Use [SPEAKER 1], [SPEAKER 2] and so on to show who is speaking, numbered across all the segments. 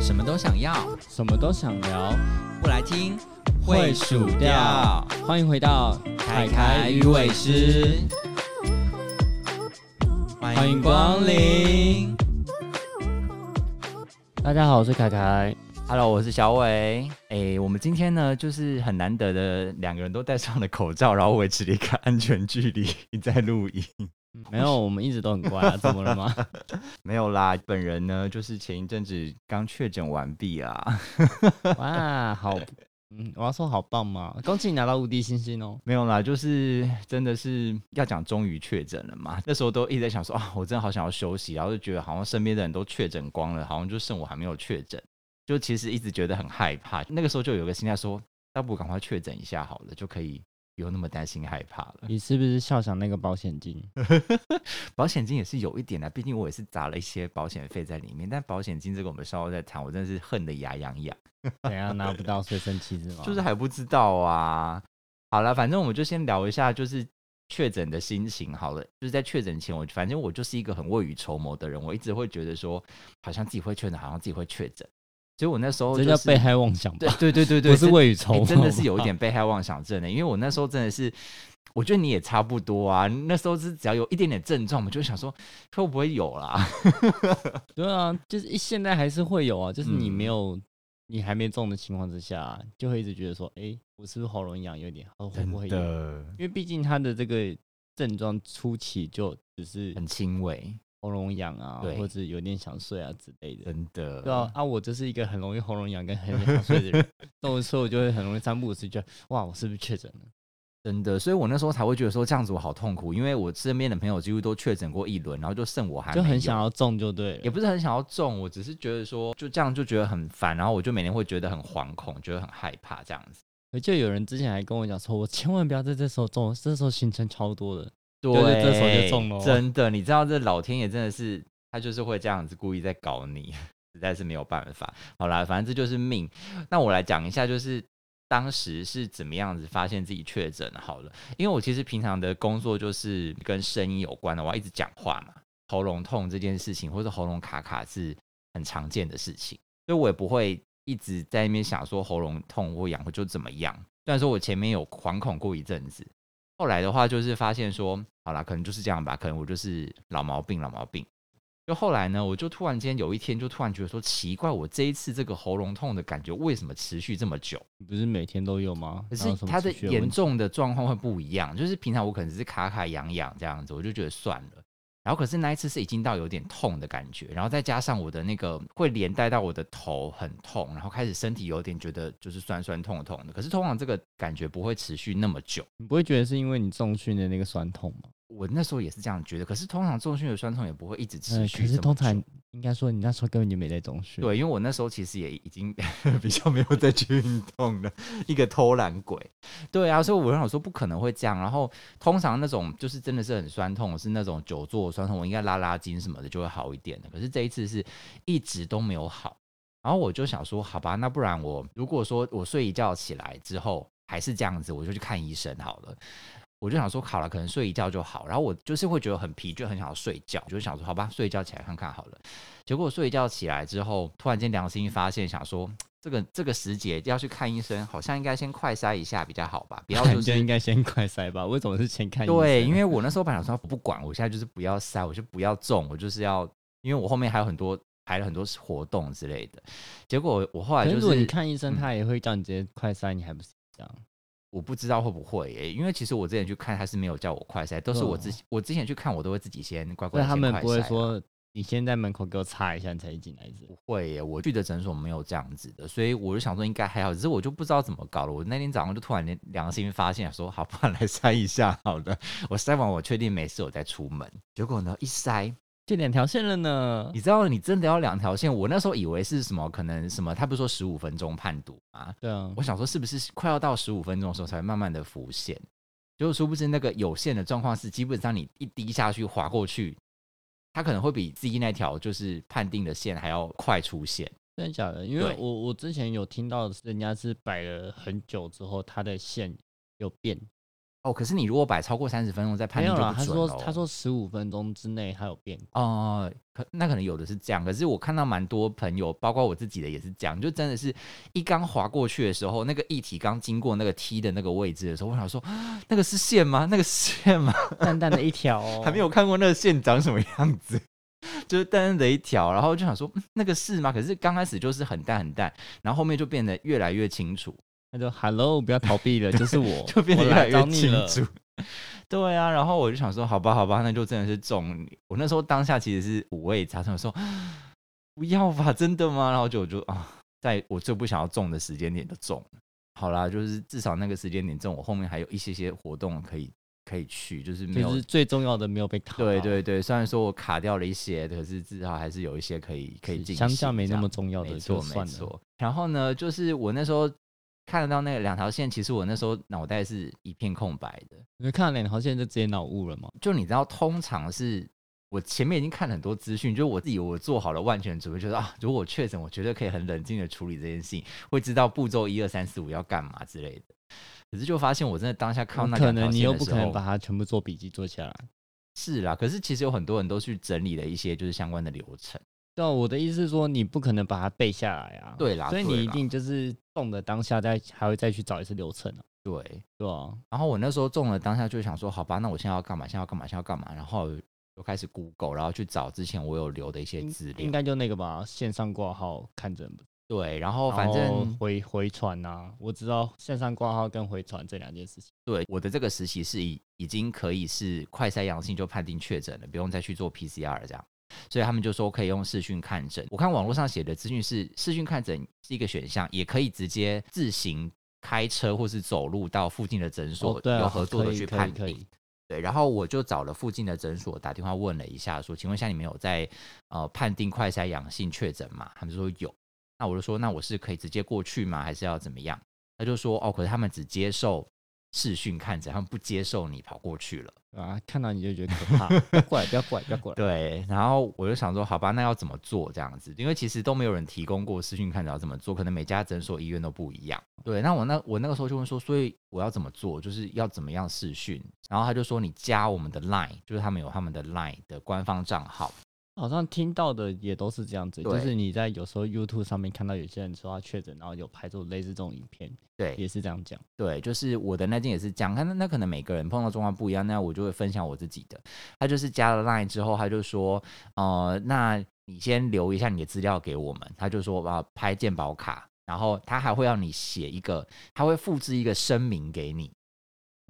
[SPEAKER 1] 什么都想要，
[SPEAKER 2] 什么都想聊，
[SPEAKER 1] 不来听
[SPEAKER 2] 会数掉。欢迎回到
[SPEAKER 1] 凯凯鱼尾狮，欢迎光临。
[SPEAKER 2] 大家好，我是凯凯。
[SPEAKER 1] Hello，我是小伟。哎、我们今天呢，就是很难得的，两个人都戴上了口罩，然后维持了一个安全距离在录音。
[SPEAKER 2] 嗯没有，我们一直都很乖 啊，怎么了吗？
[SPEAKER 1] 没有啦，本人呢，就是前一阵子刚确诊完毕啊啦。
[SPEAKER 2] 哇，好，嗯，我要说好棒嘛，恭喜你拿到无敌星星哦。
[SPEAKER 1] 没有啦，就是真的是要讲终于确诊了嘛。那时候都一直在想说啊，我真的好想要休息，然后就觉得好像身边的人都确诊光了，好像就剩我还没有确诊，就其实一直觉得很害怕。那个时候就有个心态说，要不赶快确诊一下好了，就可以不用那么担心害怕了。
[SPEAKER 2] 你是不是笑想那个保险金？
[SPEAKER 1] 保险金也是有一点的，毕竟我也是砸了一些保险费在里面。但保险金这个我们稍后再谈，我真的是恨得牙痒痒，
[SPEAKER 2] 怎样拿不到所以生气是吗？
[SPEAKER 1] 就是还不知道啊。好了，反正我们就先聊一下，就是确诊的心情好了。就是在确诊前，我反正我就是一个很未雨绸缪的人，我一直会觉得说，好像自己会确诊，好像自己会确诊。所以我那时候
[SPEAKER 2] 这
[SPEAKER 1] 就
[SPEAKER 2] 叫
[SPEAKER 1] 是
[SPEAKER 2] 被害妄想
[SPEAKER 1] 对
[SPEAKER 2] 吧？
[SPEAKER 1] 对对对对，
[SPEAKER 2] 不哎是
[SPEAKER 1] 真
[SPEAKER 2] 未雨绸
[SPEAKER 1] 你
[SPEAKER 2] 缪，
[SPEAKER 1] 真的是有一点被害妄想症的、因为我那时候真的是，我觉得你也差不多啊。那时候是只要有一点点症状，我就想说会不会有啦？
[SPEAKER 2] 对啊，就是一现在还是会有啊，就是你没
[SPEAKER 1] 嗯
[SPEAKER 2] 有、你还没中的情况之下，就会一直觉得说，哎、我是不是喉咙痒有点，哦会不会有？
[SPEAKER 1] 的
[SPEAKER 2] 因为毕竟他的这个症状初期就只是
[SPEAKER 1] 很轻微，
[SPEAKER 2] 喉咙痒啊，
[SPEAKER 1] 对
[SPEAKER 2] 或者有点想睡啊之类的。
[SPEAKER 1] 真的。
[SPEAKER 2] 对啊，啊，我就是一个很容易喉咙痒跟很想睡 的人，那我所以我就会很容易三不五时觉得，哇，我是不是确诊了？
[SPEAKER 1] 真的。所以我那时候才会觉得说这样子我好痛苦，因为我身边的朋友几乎都确诊过一轮，然后就剩我还
[SPEAKER 2] 就
[SPEAKER 1] 没
[SPEAKER 2] 很
[SPEAKER 1] 有
[SPEAKER 2] 想要中就对
[SPEAKER 1] 也
[SPEAKER 2] 了。
[SPEAKER 1] 不是很想要中，我只是觉得说就这样就觉得很烦，然后我就每天会觉得很惶恐，觉得很害怕这样子。
[SPEAKER 2] 我记得有人之前还跟我讲说，我千万不要在这时候中，这时候行程超多的。
[SPEAKER 1] 对，
[SPEAKER 2] 是这时候就中哦 咯
[SPEAKER 1] 真的，你知道这老天爷真的是他就是会这样子故意在搞你， 实在是没有办法。好啦，反正这就是命。那我来讲一下，就是当时是怎么样子发现自己确诊的好了，因为我其实平常的工作就是跟声音有关的，我要一直讲话嘛，喉咙痛这件事情或者喉咙卡卡是很常见的事情，所以我也不会一直在那边想说喉咙痛或痒或就怎么样。虽然说我前面有惶恐过一阵子，后来的话就是发现说，好啦，可能就是这样吧，可能我就是老毛病，老毛病。就后来呢，我就突然间有一天就突然觉得说，奇怪，我这一次这个喉咙痛的感觉为什么持续这么久？
[SPEAKER 2] 你不是每天都有吗？
[SPEAKER 1] 可
[SPEAKER 2] 哪
[SPEAKER 1] 是
[SPEAKER 2] 有什么
[SPEAKER 1] 它的
[SPEAKER 2] 持续
[SPEAKER 1] 严
[SPEAKER 2] 问题
[SPEAKER 1] 重的状况会不一样，就是平常我可能只是卡卡痒痒这样子，我就觉得算了。然后可是那一次是已经到有点痛的感觉，然后再加上我的那个会连带到我的头很痛，然后开始身体有点觉得就是酸酸痛痛的。可是通常这个感觉不会持续那么久。
[SPEAKER 2] 你不会觉得是因为你重训的那个酸痛吗？
[SPEAKER 1] 我那时候也是这样觉得，可是通常重训的酸痛也不会一直持
[SPEAKER 2] 嗯，
[SPEAKER 1] 续、
[SPEAKER 2] 可是通常应该说你那时候根本就没在重训。，
[SPEAKER 1] 对，因为我那时候其实也已经 比较没有再去运动了，一个偷懒鬼。对啊，所以我想说不可能会这样。然后通常那种就是真的是很酸痛，是那种久坐酸痛，我应该拉拉筋什么的就会好一点的。可是这一次是一直都没有好。然后我就想说，好吧，那不然我如果说我睡一觉起来之后还是这样子，我就去看医生好了。我就想说，好了，可能睡一觉就好。然后我就是会觉得很疲倦，很想要睡觉，我就想说，好吧，睡一觉起来看看好了。结果睡一觉起来之后，突然间良心发现，想说这个这个时节要去看医生，好像应该先快筛一下比较好吧，不要
[SPEAKER 2] 感
[SPEAKER 1] 就
[SPEAKER 2] 觉
[SPEAKER 1] 是
[SPEAKER 2] 应该先快塞吧？为什么是先看医生？
[SPEAKER 1] 对，因为我那时候本来想说不管，我现在就是不要塞，我就不要中，我就是要，因为我后面还有很多排了很多活动之类的。结果我后来
[SPEAKER 2] 可是
[SPEAKER 1] 就
[SPEAKER 2] 如果你
[SPEAKER 1] 是
[SPEAKER 2] 看医生，
[SPEAKER 1] 嗯
[SPEAKER 2] 他也会叫你直接快塞，你还不是这样？
[SPEAKER 1] 我不知道会不会耶、因为其实我之前去看他是没有叫我快塞，都是我之、我之前去看我都会自己先乖
[SPEAKER 2] 所
[SPEAKER 1] 乖
[SPEAKER 2] 以
[SPEAKER 1] 地
[SPEAKER 2] 嗯他
[SPEAKER 1] 先
[SPEAKER 2] 们
[SPEAKER 1] 快
[SPEAKER 2] 不会
[SPEAKER 1] 筛啊
[SPEAKER 2] 说你先在门口给我擦一下，你才进来是不是？
[SPEAKER 1] 不会耶，我去的诊所没有这样子的，所以我就想说应该还好，只是我就不知道怎么搞了。我那天早上就突然间良心发现，说好，不然来筛一下好了。我筛完我确定没事，我再出门。结果呢，一筛
[SPEAKER 2] 就两条线了呢
[SPEAKER 1] 你。知道你真的要两条线？我那时候以为是什么，可能什么，他不是说十五分钟判读吗？
[SPEAKER 2] 对啊
[SPEAKER 1] 我，想说是不是快要到十五分钟的时候才慢慢的浮现？结果殊不知那个有限的状况是，基本上你一滴下去划过去，它可能会比自己那条就是判定的线还要快出现。
[SPEAKER 2] 真的假的？因为
[SPEAKER 1] 对
[SPEAKER 2] 我我之前有听到人家是摆了很久之后，他的线有变，
[SPEAKER 1] 哦，可是你如果摆超过三十分钟再判
[SPEAKER 2] 没
[SPEAKER 1] 定
[SPEAKER 2] 有
[SPEAKER 1] 就
[SPEAKER 2] 啦，
[SPEAKER 1] 不
[SPEAKER 2] 他
[SPEAKER 1] 准
[SPEAKER 2] 说
[SPEAKER 1] 咯
[SPEAKER 2] 他说十五分钟之内他有变，
[SPEAKER 1] 哦，可那可能有的是这样，可是我看到蛮多朋友，包括我自己的也是这样，就真的是一刚滑过去的时候，那个液体刚经过那个 T 的那个位置的时候，我想说， 啊那个是线吗？那个是线吗？，
[SPEAKER 2] 淡淡的一 条、哦
[SPEAKER 1] 还没有看过那个线长什么样子， 就是淡淡的一条，然后就想说、嗯那个是吗？可是刚开始就是很淡很淡，然后后面就变得越来越清楚，
[SPEAKER 2] 他就 Hello，不要逃避了， 就是我，
[SPEAKER 1] 就变得
[SPEAKER 2] 我
[SPEAKER 1] 越来越
[SPEAKER 2] 找你
[SPEAKER 1] 清
[SPEAKER 2] 了
[SPEAKER 1] 楚。 对啊，然后我就想说，好吧，好吧，那就真的是中你。我那时候当下其实是五味杂陈，我说不要吧，真的吗？然后就我就啊，在我最不想要中的时间点就中了。好啦，就是至少那个时间点中，我后面还有一些些活动可以可以去，就是没有、
[SPEAKER 2] 就是最重要的没有被卡到，
[SPEAKER 1] 对对对，虽然说我卡掉了一些，可是至少还是有一些可以可以进行这
[SPEAKER 2] 相
[SPEAKER 1] 样。
[SPEAKER 2] 较没那么重要的
[SPEAKER 1] 没
[SPEAKER 2] 就
[SPEAKER 1] 错没
[SPEAKER 2] 算了。
[SPEAKER 1] 错。然后呢，就是我那时候看得到那两条线，其实我那时候脑袋是一片空白的。
[SPEAKER 2] 你看了两条线就直接脑雾了嘛？
[SPEAKER 1] 就你知道，通常是我前面已经看了很多资讯，就是我自己我做好了万全准备，就是啊，如果我确诊，我绝对可以很冷静的处理这件事情，会知道步骤一二三四五要干嘛之类的。可是就发现我真的当下看到那
[SPEAKER 2] 哦可
[SPEAKER 1] 两条
[SPEAKER 2] 能你
[SPEAKER 1] 线
[SPEAKER 2] 又
[SPEAKER 1] 的
[SPEAKER 2] 不
[SPEAKER 1] 时
[SPEAKER 2] 可能把
[SPEAKER 1] 候，
[SPEAKER 2] 它全部做笔记做下来。
[SPEAKER 1] 是啦。可是其实有很多人都去整理了一些就是相关的流程。
[SPEAKER 2] 对啊，我的意思是说，你不可能把它背下来啊。
[SPEAKER 1] 对啦
[SPEAKER 2] 所以
[SPEAKER 1] 对
[SPEAKER 2] 你一
[SPEAKER 1] 啦
[SPEAKER 2] 定就是动的当下再还会再去找一次流程啊，
[SPEAKER 1] 对，
[SPEAKER 2] 对啊，
[SPEAKER 1] 然后我那时候中了，当下就想说，好吧，那我现在要干嘛？现在要干嘛？现在要干嘛？然后又开始 Google，然后去找之前我有留的一些资
[SPEAKER 2] 应
[SPEAKER 1] 料。
[SPEAKER 2] 该就那个吧，线上挂号看诊，
[SPEAKER 1] 对，然后哦反
[SPEAKER 2] 然后
[SPEAKER 1] 正
[SPEAKER 2] 回回传啊，我知道线上挂号跟回传这两件事情。
[SPEAKER 1] 对我的这个实习是已已经可以是快筛阳性就判定确诊了，不用再去做 PCR 这样。所以他们就说可以用视讯看诊。我看网络上写的资讯是视讯看诊是一个选项，也可以直接自行开车或是走路到附近的诊所、
[SPEAKER 2] 哦对啊
[SPEAKER 1] 有合作
[SPEAKER 2] 可
[SPEAKER 1] 的
[SPEAKER 2] 以
[SPEAKER 1] 去
[SPEAKER 2] 可以
[SPEAKER 1] 判
[SPEAKER 2] 可以
[SPEAKER 1] 定。对，然后我就找了附近的诊所打电话问了一下，说：“请问一下，你们有在呃判定快筛阳性确诊吗？”他们说有。那我就说：“那我是可以直接过去吗？还是要怎么样？”他就说：“哦，可是他们只接受视讯看诊，他们不接受你跑过去了。”
[SPEAKER 2] 啊，看到你就觉得可怕，不要过来，不要过来，不要过 来。
[SPEAKER 1] 对，然后我就想说，好吧，那要怎么做这样子？因为其实都没有人提供过视讯看诊要怎么做，可能每家诊所、医院都不一样。对，那我那我那个时候就问说，所以我要怎么做？就是要怎么样视讯？然后他就说，你加我们的 Line，就是他们有他们的 Line 的官方账号。
[SPEAKER 2] 好像听到的也都是这样子，就
[SPEAKER 1] 对
[SPEAKER 2] 是你在有时候 YouTube 上面看到有些人说他确诊，然后有拍出类似这种影片，
[SPEAKER 1] 对
[SPEAKER 2] 也是这样讲。
[SPEAKER 1] 对，就是我的那件也是这样，看那那可能每个人碰到状况不一样，那我就会分享我自己的。他就是加了 Line 之后，他就说，呃，那你先留一下你的资料给我们。他就说啊，拍健保卡，然后他还会让你写一个，他会复制一个声明给你。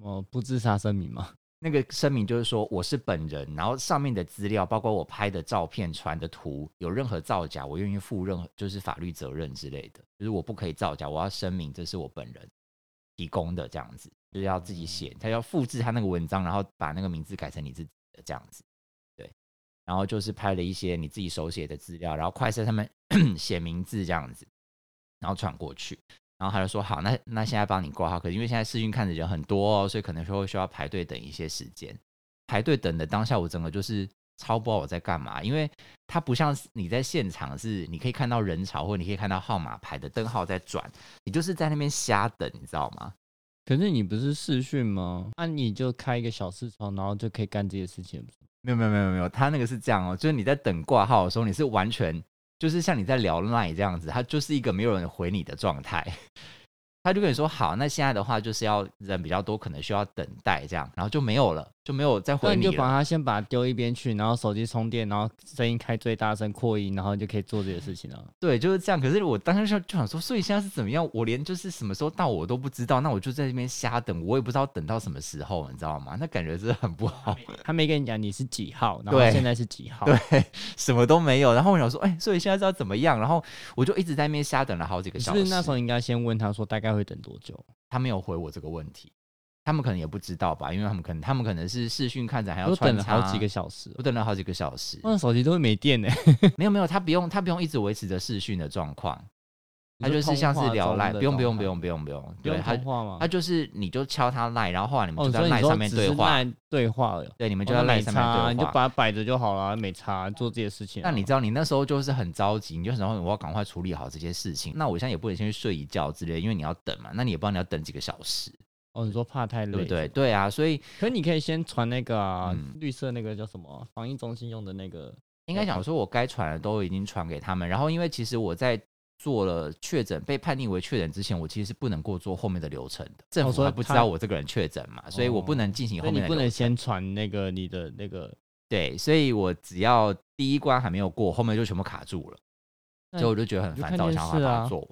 [SPEAKER 2] 哦，不自杀声明嘛，
[SPEAKER 1] 那个声明就是说我是本人，然后上面的资料，包括我拍的照片、传的图，有任何造假，我愿意负任何就是法律责任之类的，就是我不可以造假，我要声明这是我本人提供的这样子，就是要自己写，他要复制他那个文章，然后把那个名字改成你自己的这样子，对，然后就是拍了一些你自己手写的资料，然后快速他们 写名字这样子，然后传过去。然后他就说好，那那现在帮你挂号，可是因为现在视讯看的人很多哦，所以可能说会需要排队等一些时间。排队等的当下，我整个就是超不知道我在干嘛，因为它不像是你在现场是你可以看到人潮，或你可以看到号码牌的灯号在转，你就是在那边瞎等，你知道吗？
[SPEAKER 2] 可是你不是视讯吗？那、你就开一个小视窗，然后就可以干这些事情了。
[SPEAKER 1] 没有没有没有没有，他那个是这样哦，就是你在等挂号的时候，你是完全就是像你在聊 line 这样子，他就是一个没有人回你的状态。他就跟你说好，那现在的话就是要人比较多，可能需要等待这样，然后就没有了，就没有再
[SPEAKER 2] 那
[SPEAKER 1] 回
[SPEAKER 2] 你
[SPEAKER 1] 你
[SPEAKER 2] 就把
[SPEAKER 1] 了。
[SPEAKER 2] 它先把它丢一边去，然后手机充电，然后声音开最大声扩音，然后就可以做这些事情了。
[SPEAKER 1] 对，就是这样。可是我当时就就想说，所以现在是怎么样？我连就是什么时候到我都不知道，那我就在那边瞎等，我也不知道等到什么时候，你知道吗？那感觉真的很不好。
[SPEAKER 2] 他没跟你讲你是几号，然后
[SPEAKER 1] 对
[SPEAKER 2] 现在是几号，
[SPEAKER 1] 对，什么都没有。然后我想说，哎、所以现在是要怎么样？然后我就一直在那边瞎等了好几个
[SPEAKER 2] 你是
[SPEAKER 1] 小
[SPEAKER 2] 不
[SPEAKER 1] 时。
[SPEAKER 2] 是那时候应该先问他说大概会等多久？
[SPEAKER 1] 他没有回我这个问题，他们可能也不知道吧，因为他们可能他们可能是视讯看着还要
[SPEAKER 2] 我等
[SPEAKER 1] 穿
[SPEAKER 2] 了
[SPEAKER 1] 插
[SPEAKER 2] 好几个，嗯小时哦，
[SPEAKER 1] 我等了好几个小时，
[SPEAKER 2] 我的手机都会没电呢、
[SPEAKER 1] 没有没有，他不用他不用一直维持着视讯的状况， 他
[SPEAKER 2] 你
[SPEAKER 1] 就
[SPEAKER 2] 说
[SPEAKER 1] 是像
[SPEAKER 2] 通
[SPEAKER 1] 是
[SPEAKER 2] 话
[SPEAKER 1] 聊
[SPEAKER 2] 中
[SPEAKER 1] line，
[SPEAKER 2] 的
[SPEAKER 1] 不用不用
[SPEAKER 2] 状
[SPEAKER 1] 不
[SPEAKER 2] 态
[SPEAKER 1] 用不用不用，
[SPEAKER 2] 不
[SPEAKER 1] 对
[SPEAKER 2] 用
[SPEAKER 1] 他
[SPEAKER 2] 通话吗？
[SPEAKER 1] 他就是你就敲他 line，然后后来你们
[SPEAKER 2] 哦，
[SPEAKER 1] 就在
[SPEAKER 2] 所以你
[SPEAKER 1] line
[SPEAKER 2] 说
[SPEAKER 1] 上面
[SPEAKER 2] 只
[SPEAKER 1] 对
[SPEAKER 2] 是哦
[SPEAKER 1] 话，
[SPEAKER 2] line 对话了。
[SPEAKER 1] 对，你们
[SPEAKER 2] 我
[SPEAKER 1] 就在 line 上面
[SPEAKER 2] 啊你
[SPEAKER 1] 对
[SPEAKER 2] 就
[SPEAKER 1] 话。
[SPEAKER 2] 把它摆着就好了，没差，做自己的事情啊。
[SPEAKER 1] 那你知道，你那时候就是很着急，你就想说我要赶快处理好这些事情。那我现在也不能先去睡一觉之类的，因为你要等嘛。那你也不知道你要等几个小时。
[SPEAKER 2] 哦，你说怕太累，
[SPEAKER 1] 对不对？？对啊，所以
[SPEAKER 2] 可你可以先传那个、啊
[SPEAKER 1] 嗯
[SPEAKER 2] 绿色那个叫什么啊防疫中心用的那个，
[SPEAKER 1] 应该
[SPEAKER 2] 要
[SPEAKER 1] 讲
[SPEAKER 2] 考
[SPEAKER 1] 说，我该传的都已经传给他们。然后，因为其实我在做了确诊被判定为确诊之前，我其实是不能过做后面的流程的。政府
[SPEAKER 2] 说
[SPEAKER 1] 还不知
[SPEAKER 2] 哦他哦
[SPEAKER 1] 道我这个人确诊嘛，所以我不能进行
[SPEAKER 2] 所
[SPEAKER 1] 后
[SPEAKER 2] 以
[SPEAKER 1] 面
[SPEAKER 2] 你
[SPEAKER 1] 的
[SPEAKER 2] 不
[SPEAKER 1] 流
[SPEAKER 2] 能
[SPEAKER 1] 程。
[SPEAKER 2] 先传那个你的那 个，
[SPEAKER 1] 对，所以我只要第一关还没有过，后面就全部卡住了，
[SPEAKER 2] 那
[SPEAKER 1] 所以我就觉得很烦躁，
[SPEAKER 2] 你就看电
[SPEAKER 1] 想要把
[SPEAKER 2] 视
[SPEAKER 1] 它
[SPEAKER 2] 啊
[SPEAKER 1] 做完。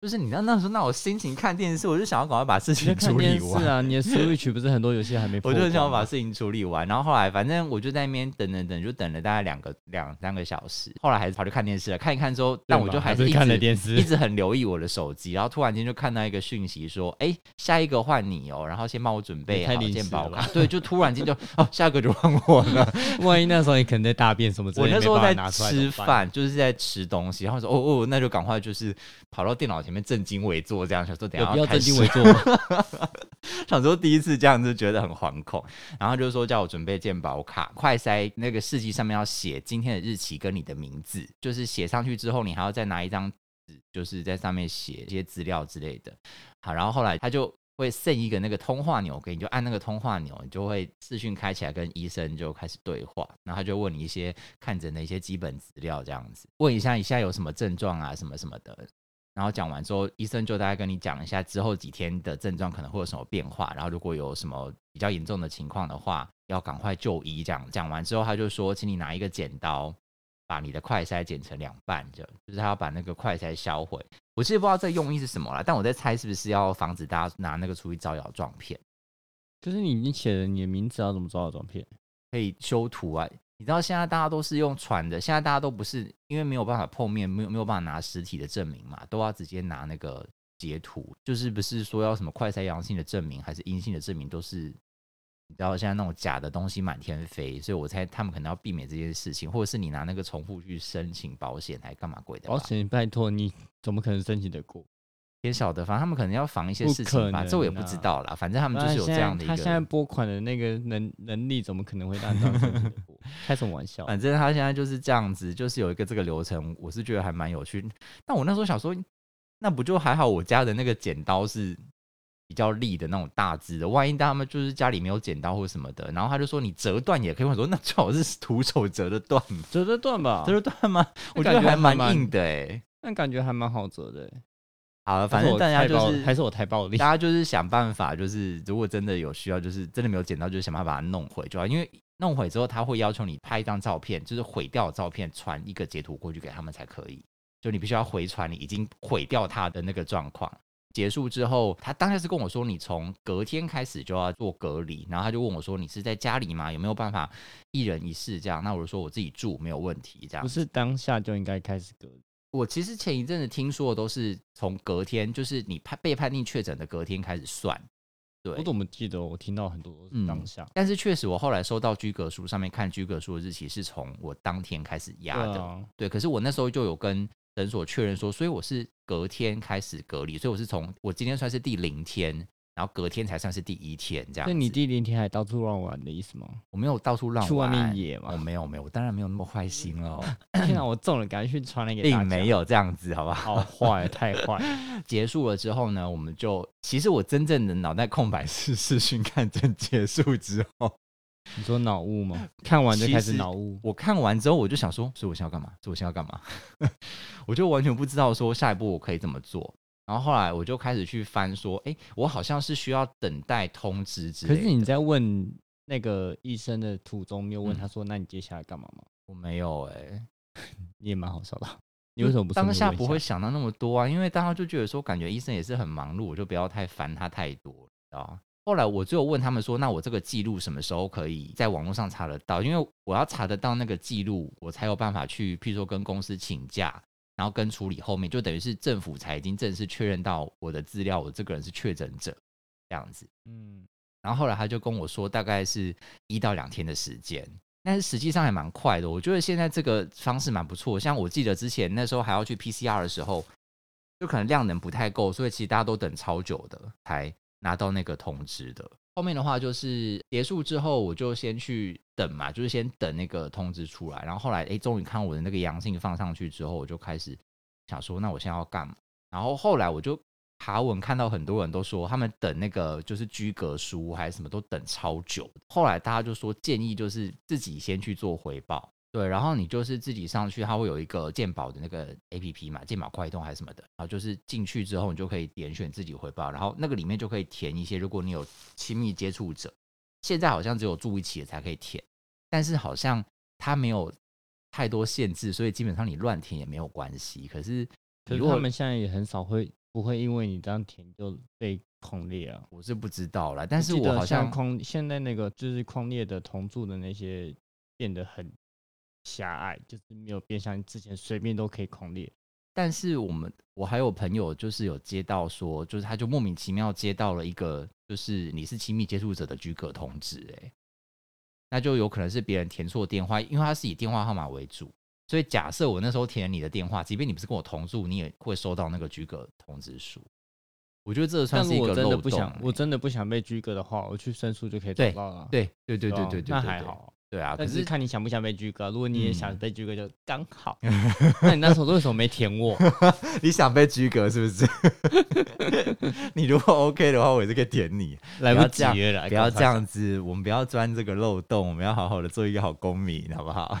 [SPEAKER 1] 就是你知道那时候，那我心情看电视，我就想要赶快把事
[SPEAKER 2] 你
[SPEAKER 1] 情
[SPEAKER 2] 在看
[SPEAKER 1] 处
[SPEAKER 2] 电
[SPEAKER 1] 理
[SPEAKER 2] 视
[SPEAKER 1] 完。
[SPEAKER 2] 啊，你的 Switch 不是很多游戏 还没破
[SPEAKER 1] 我
[SPEAKER 2] 关
[SPEAKER 1] 就
[SPEAKER 2] 吗，
[SPEAKER 1] 很想把事情处理完，然后后来反正我就在那边等等等，就等了大概两个两三个小时，后来还是跑去看电视了，看一看之后，但我就还是
[SPEAKER 2] 是
[SPEAKER 1] 一
[SPEAKER 2] 看了
[SPEAKER 1] 直
[SPEAKER 2] 电
[SPEAKER 1] 一
[SPEAKER 2] 视，
[SPEAKER 1] 直很留意我的手机，然后突然间就看到一个讯息说，哎、下一个换你哦，然后先帮我准备
[SPEAKER 2] 也太
[SPEAKER 1] 好
[SPEAKER 2] 临
[SPEAKER 1] 健
[SPEAKER 2] 时
[SPEAKER 1] 保
[SPEAKER 2] 了吧
[SPEAKER 1] 卡，对，就突然间就哦，下一个就换我 了。
[SPEAKER 2] 万一那时候你可能在大便什么之类，
[SPEAKER 1] 我那时候
[SPEAKER 2] 没办
[SPEAKER 1] 在
[SPEAKER 2] 法拿出来
[SPEAKER 1] 吃
[SPEAKER 2] 怎么办，
[SPEAKER 1] 饭，就是在吃东西，然后说哦哦，那就赶快就是跑到电脑前面正襟危坐这样，想说等一
[SPEAKER 2] 有
[SPEAKER 1] 下
[SPEAKER 2] 必要
[SPEAKER 1] 开
[SPEAKER 2] 正襟
[SPEAKER 1] 始
[SPEAKER 2] 危 坐吗？
[SPEAKER 1] 想说第一次这样子觉得很惶恐，然后就说叫我准备健保卡，快筛那个试剂上面要写今天的日期跟你的名字，就是写上去之后，你还要再拿一张纸，就是在上面写一些资料之类的。好，然后后来他就会剩一个那个通话钮给你，就按那个通话钮，你就会视讯开起来，跟医生就开始对话，然后他就问你一些看诊的一些基本资料，这样子问一下你现在有什么症状啊，什么什么的。然后讲完之后，医生就大概跟你讲一下之后几天的症状可能会有什么变化，然后如果有什么比较严重的情况的话，要赶快就医。这样讲完之后，他就说，请你拿一个剪刀，把你的快筛剪成两半，这样就是他要把那个快筛销毁。我其实不知道这个用意是什么啦，但我在猜是不是要防止大家拿那个出去招摇撞骗，
[SPEAKER 2] 可是你已经写了你的名字，要怎么抓到照片？
[SPEAKER 1] 可以修图啊。你知道现在大家都是用传的，现在大家都不是因为没有办法碰面，没有没有办法拿实体的证明嘛，都要直接拿那个截图，就是不是说要什么快筛阳性的证明还是阴性的证明，都是你知道现在那种假的东西满天飞，所以我猜他们可能要避免这件事情，或者是你拿那个重复去申请保险还干嘛鬼的吧
[SPEAKER 2] 保险拜托你，怎么可能申请得过？
[SPEAKER 1] 也晓得，反正他们可能要防一些
[SPEAKER 2] 不
[SPEAKER 1] 事情吧，
[SPEAKER 2] 可
[SPEAKER 1] 这我也不
[SPEAKER 2] 能啊
[SPEAKER 1] 知道啦。反正他
[SPEAKER 2] 他
[SPEAKER 1] 们就是有这样的一
[SPEAKER 2] 他现在
[SPEAKER 1] 个，
[SPEAKER 2] 拨款的那个能能力，怎么可能会让你到申请得过？开什么玩笑？
[SPEAKER 1] 反正他现在就是这样子，就是有一个这个流程，我是觉得还蛮有趣。但我那时候想说，那不就还好？我家的那个剪刀是比较利的那种大只的，万一他们就是家里没有剪刀或什么的，然后他就说你折断也可以，我说那最好是徒手折的断，
[SPEAKER 2] 折得断吧？
[SPEAKER 1] 折得断吗？我觉
[SPEAKER 2] 那感
[SPEAKER 1] 得
[SPEAKER 2] 觉
[SPEAKER 1] 还
[SPEAKER 2] 还
[SPEAKER 1] 蛮
[SPEAKER 2] 蛮
[SPEAKER 1] 硬的哎、
[SPEAKER 2] 那感觉还蛮好折的欸。
[SPEAKER 1] 好了，
[SPEAKER 2] 还
[SPEAKER 1] 反
[SPEAKER 2] 是
[SPEAKER 1] 正
[SPEAKER 2] 我
[SPEAKER 1] 大家
[SPEAKER 2] 太暴
[SPEAKER 1] 就是
[SPEAKER 2] 还是我太暴力
[SPEAKER 1] 大。家就是想办法，就是如果真的有需要，就是真的没有捡到，就是想办法把它弄回就好，因为弄回之后他会要求你拍一张照片，就是毁掉的照片，传一个截图过去给他们才可以。就你必须要回传你已经毁掉他的那个状况。结束之后，他当下是跟我说，你从隔天开始就要做隔离，然后他就问我说，你是在家里吗？有没有办法一人一室这样？那我就说我自己住没有问题，这样
[SPEAKER 2] 不。是当下就应该开始隔离，
[SPEAKER 1] 我其实前一阵子听说的都是从隔天，就是你判被判定确诊的隔天开始算。对，
[SPEAKER 2] 我怎么记得我听到很多都
[SPEAKER 1] 嗯
[SPEAKER 2] 是当下？
[SPEAKER 1] 但是确实，我后来收到居格书上面看居格书的日期是从我当天开始压的，
[SPEAKER 2] 对啊，
[SPEAKER 1] 对。可是我那时候就有跟诊所确认说，所以我是隔天开始隔离，所以我是从我今天算是第零天，然后隔天才算是第一天这样
[SPEAKER 2] 那
[SPEAKER 1] 子。
[SPEAKER 2] 你第零天还到处乱玩的意思吗？
[SPEAKER 1] 我没有到处乱
[SPEAKER 2] 去外面
[SPEAKER 1] 玩
[SPEAKER 2] 野
[SPEAKER 1] 我
[SPEAKER 2] 嘛？
[SPEAKER 1] 没有没有，我当然没有那么坏心 了哦，
[SPEAKER 2] 天哪，我中了，赶紧去传那给大
[SPEAKER 1] 并
[SPEAKER 2] 家。
[SPEAKER 1] 没，有这样子，好不好？
[SPEAKER 2] 好坏，太 坏了。
[SPEAKER 1] 结束了之后呢，我们就其实我真正的脑袋空白是 视讯看诊结束之后，
[SPEAKER 2] 你说脑雾吗？看完就开始脑雾，
[SPEAKER 1] 我看完之后，我就想说，所以我现在要干嘛？所以我现在要干嘛？ 我就完全不知道说下一步我可以怎么做。然后后来我就开始去翻，说，哎、我好像是需要等待通知之类
[SPEAKER 2] 可
[SPEAKER 1] 的。
[SPEAKER 2] 是你在问那个医生的途中，没有问
[SPEAKER 1] 嗯
[SPEAKER 2] 他说：“那你接下来干嘛吗
[SPEAKER 1] 我没有哎、？”
[SPEAKER 2] 你也蛮好笑的。 你为什么不顺
[SPEAKER 1] 当
[SPEAKER 2] 便
[SPEAKER 1] 下
[SPEAKER 2] 问一
[SPEAKER 1] 不会？想到那么多啊？因为大家就觉得说，感觉医生也是很忙碌，我就不要太烦他太多，你知道吗后来我只有问他们说，那我这个记录什么时候可以在网络上查得到？因为我要查得到那个记录，我才有办法去，譬如说跟公司请假，然后跟处理后面，就等于是政府才已经正式确认到我的资料，我这个人是确诊者这样子。
[SPEAKER 2] 嗯，
[SPEAKER 1] 然后后来他就跟我说，大概是一到两天的时间，但是实际上还蛮快的。我觉得现在这个方式蛮不错。像我记得之前那时候还要去 PCR 的时候，就可能量能不太够，所以其实大家都等超久的才拿到那个通知的。后面的话就是结束之后，我就先去等嘛，就是先等那个通知出来。然后后来，哎，终于看我的那个阳性放上去之后，我就开始想说，那我现在要干嘛？然后后来我就爬文看到很多人都说，他们等那个就是居格书还是什么都等超久。后来大家就说建议就是自己先去做回报，对，然后你就是自己上去，它会有一个鉴宝的那个 A P P 嘛，鉴宝快动还是什么的，然后就是进去之后你就可以点选自己回报，然后那个里面就可以填一些，如果你有亲密接触者，现在好像只有住一起的才可以填，但是好像它没有太多限制，所以基本上你乱填也没有关系。可是
[SPEAKER 2] 可是
[SPEAKER 1] 如果
[SPEAKER 2] 他们现在也很少会不会因为你这样填就被框列啊？
[SPEAKER 1] 我是不知道啦，但是
[SPEAKER 2] 记
[SPEAKER 1] 我
[SPEAKER 2] 得
[SPEAKER 1] 好
[SPEAKER 2] 现在
[SPEAKER 1] 像
[SPEAKER 2] 框现在那个就是框列的同住的那些变得很狭隘，就是没有变像之前随便都可以框列。
[SPEAKER 1] 但是我们我还有朋友就是有接到说，就是他就莫名其妙接到了一个就是你是亲密接触者的居格通知、欸，那就有可能是别人填错电话，因为他是以电话号码为主，所以假设我那时候填你的电话，即便你不是跟我同住，你也会收到那个居格通知书。我觉得这算
[SPEAKER 2] 但
[SPEAKER 1] 是
[SPEAKER 2] 是
[SPEAKER 1] 一
[SPEAKER 2] 我
[SPEAKER 1] 个
[SPEAKER 2] 真
[SPEAKER 1] 漏
[SPEAKER 2] 的
[SPEAKER 1] 洞、
[SPEAKER 2] 不想，我
[SPEAKER 1] 欸
[SPEAKER 2] 真的不想被拘格的话，我去申诉就可以找到了。
[SPEAKER 1] 对对对对
[SPEAKER 2] 啊
[SPEAKER 1] 对对，
[SPEAKER 2] 那
[SPEAKER 1] 对
[SPEAKER 2] 还
[SPEAKER 1] 对，
[SPEAKER 2] 好。
[SPEAKER 1] 对啊，可
[SPEAKER 2] 但是
[SPEAKER 1] 是
[SPEAKER 2] 看你想不想被拘格，如果你也想
[SPEAKER 1] 嗯
[SPEAKER 2] 被拘格，就刚 好。那你那时候为什么没填 我？
[SPEAKER 1] 你想被居格是不是？ 你如果 OK 的话，我也是可以点你。
[SPEAKER 2] 来
[SPEAKER 1] 不要
[SPEAKER 2] 不
[SPEAKER 1] 这
[SPEAKER 2] 及
[SPEAKER 1] 样
[SPEAKER 2] 了，
[SPEAKER 1] 不要这，样子，我们不要钻这个漏洞，我们要好好的做一个好公民，好不好？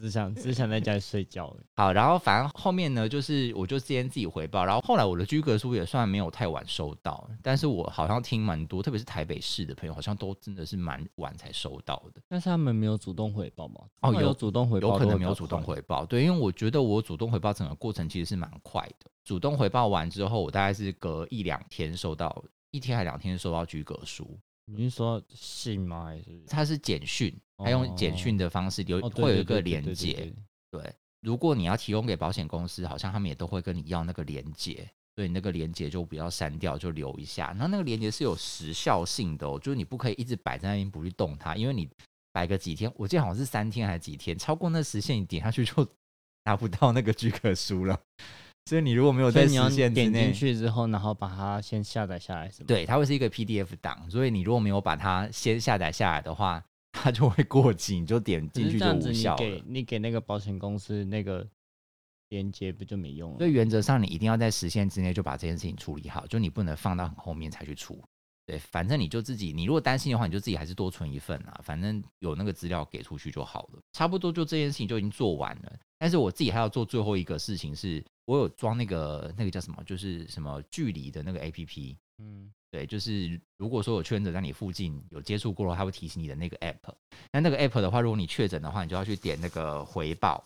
[SPEAKER 2] 只想只想在家里睡觉而已。
[SPEAKER 1] 好，然后反正后面呢，就是我就先自己回报，然后后来我的居格书也算没有太晚收到，但是我好像听蛮多，特别是台北市的朋友，好像都真的是蛮晚才收到的，
[SPEAKER 2] 但是他们没有主动回报嘛？
[SPEAKER 1] 哦
[SPEAKER 2] 他们
[SPEAKER 1] 有
[SPEAKER 2] 有主动回报，
[SPEAKER 1] 有可能没有主动。回报，对，因为我觉得我主动回报整个过程其实是蛮快的，主动回报完之后，我大概是隔一两天收到，一天还两天收到居格书，
[SPEAKER 2] 你是说信吗？还是
[SPEAKER 1] 它是简讯，它用简讯的方式留，
[SPEAKER 2] 哦对
[SPEAKER 1] 会有一
[SPEAKER 2] 对
[SPEAKER 1] 个
[SPEAKER 2] 对对
[SPEAKER 1] 连
[SPEAKER 2] 对对
[SPEAKER 1] 接。
[SPEAKER 2] 对
[SPEAKER 1] 对，如果你要提供给保险公司，好像他们也都会跟你要那个连接，所以你那个连接就不要删掉，就留一下。然后那个连接是有时效性的、哦，就是你不可以一直摆在那边不去动它，因为你摆个几天，我记得好像是三天还是几天，超过那时限你点下去就 拿不到那个居可书了。所以你如果没有
[SPEAKER 2] 所
[SPEAKER 1] 在
[SPEAKER 2] 以你要
[SPEAKER 1] 时限之
[SPEAKER 2] 点进
[SPEAKER 1] 内，
[SPEAKER 2] 去之后，然后把它先下载下来，是吗？，
[SPEAKER 1] 对，它会是一个 PDF 档，所以你如果没有把它先下载下来的话，它就会过期，你就点
[SPEAKER 2] 可
[SPEAKER 1] 进
[SPEAKER 2] 是
[SPEAKER 1] 去就
[SPEAKER 2] 这样子
[SPEAKER 1] 无
[SPEAKER 2] 你
[SPEAKER 1] 效了
[SPEAKER 2] 给。你给那个保险公司那个连接不就没用了？
[SPEAKER 1] 所以原则上，你一定要在时限之内就把这件事情处理好，就你不能放到很后面才去出。对，反正你就自己，你如果担心的话，你就自己还是多存一份啊，反正有那个资料给出去就好了。差不多就这件事情就已经做完了，但是我自己还要做最后一个事情是，我有装那个那个叫什么，就是什么距离的那个 APP。
[SPEAKER 2] 嗯，
[SPEAKER 1] 对，就是如果说有确诊者在你附近有接触过的话，它会提醒你的那个 app。那那个 app 的话，如果你确诊的话，你就要去点那个回报。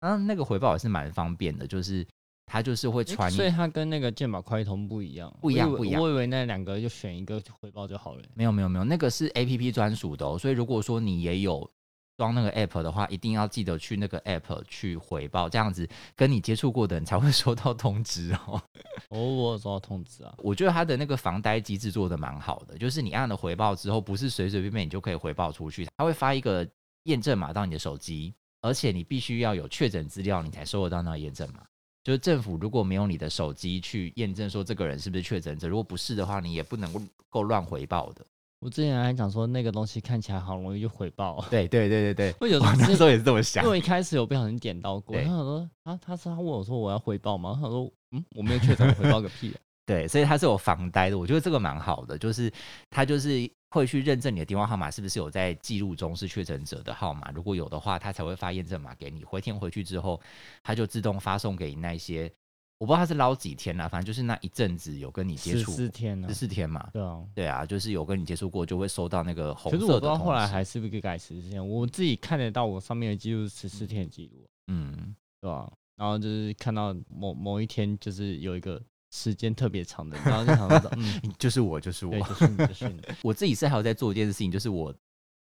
[SPEAKER 1] 然后那个回报也是蛮方便的，就是它就是会
[SPEAKER 2] 诶
[SPEAKER 1] 传
[SPEAKER 2] 所以它跟那个健保快通不一样，
[SPEAKER 1] 不一样
[SPEAKER 2] 我以为
[SPEAKER 1] 不一样
[SPEAKER 2] 我以为那两个就选一个回报就好 了。
[SPEAKER 1] 没有没有没有，那个是 A P P 专属的、哦，所以如果说你也有装那个 App 的话，一定要记得去那个 App 去回报，这样子跟你接触过的人才会 收到通知哦。
[SPEAKER 2] 哦，我有收到通知啊，
[SPEAKER 1] 我觉得它的那个防呆机制做的蛮好的，就是你按了回报之后，不是随随便便你就可以回报出去，它会发一个验证码到你的手机，而且你必须要有确诊资料，你才收得到那个验证码。就是政府如果没有你的手机去验证说这个人是不是确诊者，如果不是的话，你也不能够乱回报的。
[SPEAKER 2] 我之前还想说那个东西看起来好容易就回报哦，
[SPEAKER 1] 对对对对对，
[SPEAKER 2] 我 有
[SPEAKER 1] 我那
[SPEAKER 2] 之
[SPEAKER 1] 时
[SPEAKER 2] 前
[SPEAKER 1] 候也是这么想
[SPEAKER 2] 因。为一开始有不小心点到过，
[SPEAKER 1] 对
[SPEAKER 2] 然后想说啊，他是他问我说我要回报吗？他说嗯，我没有确诊，我回报个屁啊、
[SPEAKER 1] 对，所以它是有防呆的，我觉得这个蛮好的，就是它就是会去认证你的电话号码是不是有在记录中是确诊者的号码，如果有的话，它才会发验证码给你。回填回去之后，它就自动发送给你那一些，我不知道它是捞几天啦，反正就是那一阵子有跟你接
[SPEAKER 2] 十
[SPEAKER 1] 触
[SPEAKER 2] 四天啊呢、
[SPEAKER 1] 十四天嘛。
[SPEAKER 2] 对啊。
[SPEAKER 1] 对啊，就是有跟你接触过，就会收到那个红
[SPEAKER 2] 可
[SPEAKER 1] 色
[SPEAKER 2] 是
[SPEAKER 1] 的
[SPEAKER 2] 我不
[SPEAKER 1] 通
[SPEAKER 2] 知
[SPEAKER 1] 知。
[SPEAKER 2] 道后来还是不是改十四天，我自己看得到我上面的记录十四天的记录，啊
[SPEAKER 1] 嗯，
[SPEAKER 2] 对吧、啊然后就是看到某某一天就是有一个时间特别长的，然后就想 说嗯，
[SPEAKER 1] 就是我，就是我
[SPEAKER 2] 对，，就是你就是你，
[SPEAKER 1] 我自己是还有在做一件事情，就是我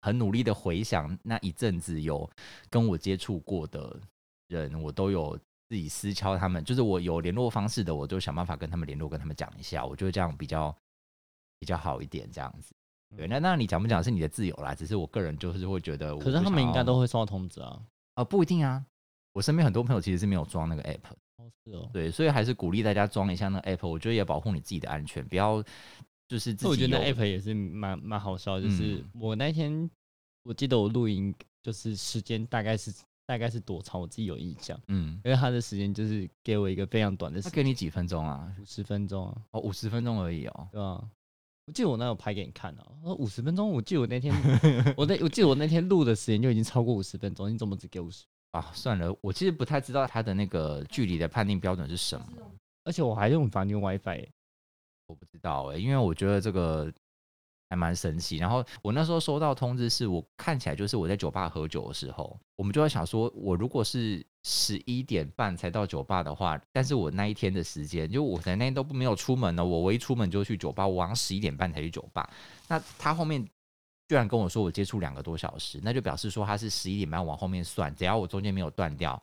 [SPEAKER 1] 很努力的回想那一阵子有跟我接触过的人，我都有自己私敲他们，就是我有联络方式的，我就想办法跟他们联络，跟他们讲一下，我觉得这样比较比较好一点，这样子。对，那那你讲不讲是你的自由啦，只是我个人就是会觉得我不
[SPEAKER 2] 嗯可
[SPEAKER 1] 想要，
[SPEAKER 2] 是他们应该都会收到通知啊。
[SPEAKER 1] 啊、不一定啊。我身边很多朋友其实是没有装那个 app，
[SPEAKER 2] 哦，是哦。
[SPEAKER 1] 对，所以还是鼓励大家装一下那个 app，我觉得也保护你自己的安全，不要就是自己
[SPEAKER 2] 那我觉得
[SPEAKER 1] 有
[SPEAKER 2] 那 app 也是蛮蛮好笑的，就是
[SPEAKER 1] 嗯
[SPEAKER 2] 我那天我记得我录音，就是时间大概是大概是多长，我自己有印象，
[SPEAKER 1] 嗯，
[SPEAKER 2] 因为他的时间就是给我一个非常短的
[SPEAKER 1] 他
[SPEAKER 2] 时
[SPEAKER 1] 给你几分钟啊？
[SPEAKER 2] 五十分钟啊，
[SPEAKER 1] 哦，五十分钟而已哦。
[SPEAKER 2] 对吧、啊我记得我那有拍给你看啊，五十分钟，我记得 我那天我那我记得我那天录的时间就已经超过五十分钟，你怎么只给五十？
[SPEAKER 1] 啊，算了，我其实不太知道他的那个距离的判定标准是什么，
[SPEAKER 2] 而且我还用房间 WiFi，、欸、
[SPEAKER 1] 我不知道哎、因为我觉得这个还蛮神奇。然后我那时候收到通知是，我看起来就是我在酒吧喝酒的时候，我们就在想说，我如果是十一点半才到酒吧的话，但是我那一天的时间，就我可能那天都没有出门呢，哦我我一出门就去酒吧，我晚上十一点半才去酒吧，那他后面。居然跟我说我接触两个多小时，那就表示说他是十一点半往后面算，只要我中间没有断掉，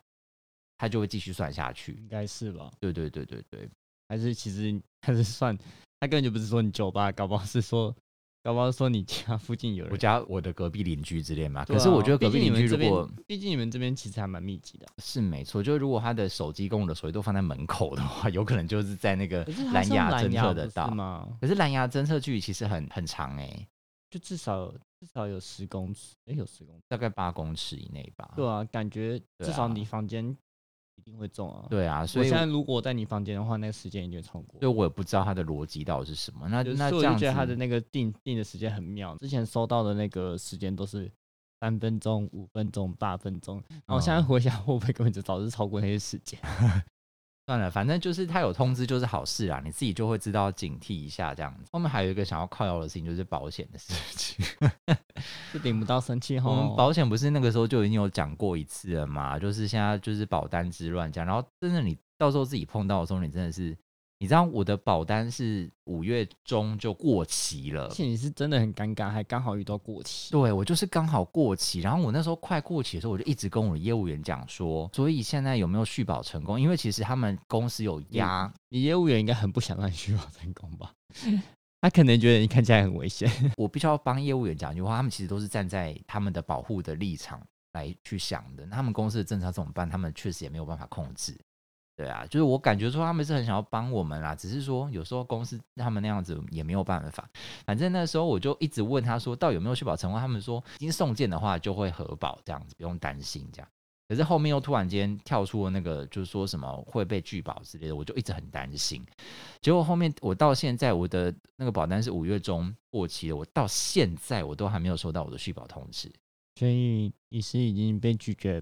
[SPEAKER 1] 他就会继续算下去。
[SPEAKER 2] 应该是吧？
[SPEAKER 1] 对对对对对，
[SPEAKER 2] 还是其实还是算，他根本就不是说你酒吧，搞不好是说，搞不好是说你家附近有人
[SPEAKER 1] 我。家我的隔壁邻居之类嘛。
[SPEAKER 2] 对
[SPEAKER 1] 可是
[SPEAKER 2] 啊
[SPEAKER 1] 我觉得隔
[SPEAKER 2] 毕
[SPEAKER 1] 壁
[SPEAKER 2] 竟你
[SPEAKER 1] 邻居
[SPEAKER 2] 们这
[SPEAKER 1] 如果
[SPEAKER 2] 边，毕竟你们这边其实还蛮密集的啊、
[SPEAKER 1] 是没错，就是如果他的手机跟我的手机都放在门口的话，有可能就是在那个蓝牙侦测得到。
[SPEAKER 2] 吗？
[SPEAKER 1] 可是蓝牙侦测距离其实很很长哎、
[SPEAKER 2] 就至少至少有十公尺，哎、有十公尺。
[SPEAKER 1] 大概八公尺以内吧。
[SPEAKER 2] 对啊，感觉
[SPEAKER 1] 对
[SPEAKER 2] 至少
[SPEAKER 1] 啊
[SPEAKER 2] 你房间一定会中啊。，
[SPEAKER 1] 对啊，所
[SPEAKER 2] 我
[SPEAKER 1] 以
[SPEAKER 2] 现在
[SPEAKER 1] 我
[SPEAKER 2] 如果在你房间的话，那个时间一定会超过。
[SPEAKER 1] 所以我也不知道他的逻辑到底是什么。那
[SPEAKER 2] 就是
[SPEAKER 1] 啊那
[SPEAKER 2] 所
[SPEAKER 1] 这
[SPEAKER 2] 以我
[SPEAKER 1] 样
[SPEAKER 2] 就觉
[SPEAKER 1] 子
[SPEAKER 2] 得他的那个定定的时间很妙。之前收到的那个时间都是三分钟、五分钟、八分钟，然后我现在
[SPEAKER 1] 嗯
[SPEAKER 2] 回想，会不会根本就早就超过那些时间？
[SPEAKER 1] 算了，反正就是他有通知就是好事啦，啊你自己就会知道警惕一下这样子。后面还有一个想要靠腰的事情就是保险的事情。
[SPEAKER 2] 就领不到生气
[SPEAKER 1] 我
[SPEAKER 2] 吼
[SPEAKER 1] 们。保险不是那个时候就已经有讲过一次了嘛？就是现在就是保单之乱讲，然后真的你到时候自己碰到的时候，你真的是，你知道我的保单是五月中就过期了
[SPEAKER 2] 而，且你是真的很尴尬，还刚好遇到过期。
[SPEAKER 1] 对我就是刚好过期，然后我那时候快过期的时候，我就一直跟我的业务员讲说，所以现在有没有续保成功？因为其实他们公司有压，
[SPEAKER 2] 你业务员应该很不想让你续保成功吧？ 他可能觉得你看起来很危险。
[SPEAKER 1] 我必须要帮业务员讲一句话，他们其实都是站在他们的保护的立场来去想的。那他们公司的政策怎么办？他们确实也没有办法控制。对啊，就是我感觉说他们是很想要帮我们啦，只是说有时候公司他们那样子也没有办法。反正那时候我就一直问他说，到底有没有续保成功？他们说已经送件的话就会核保，这样子不用担心这样。可是后面又突然间跳出了那个，就是说什么会被拒保之类的，我就一直很担心。结果后面我到现在我的那个保单是五月中过期的，我到现在我都还没有收到我的续保通知。
[SPEAKER 2] 所以你是已经被拒绝，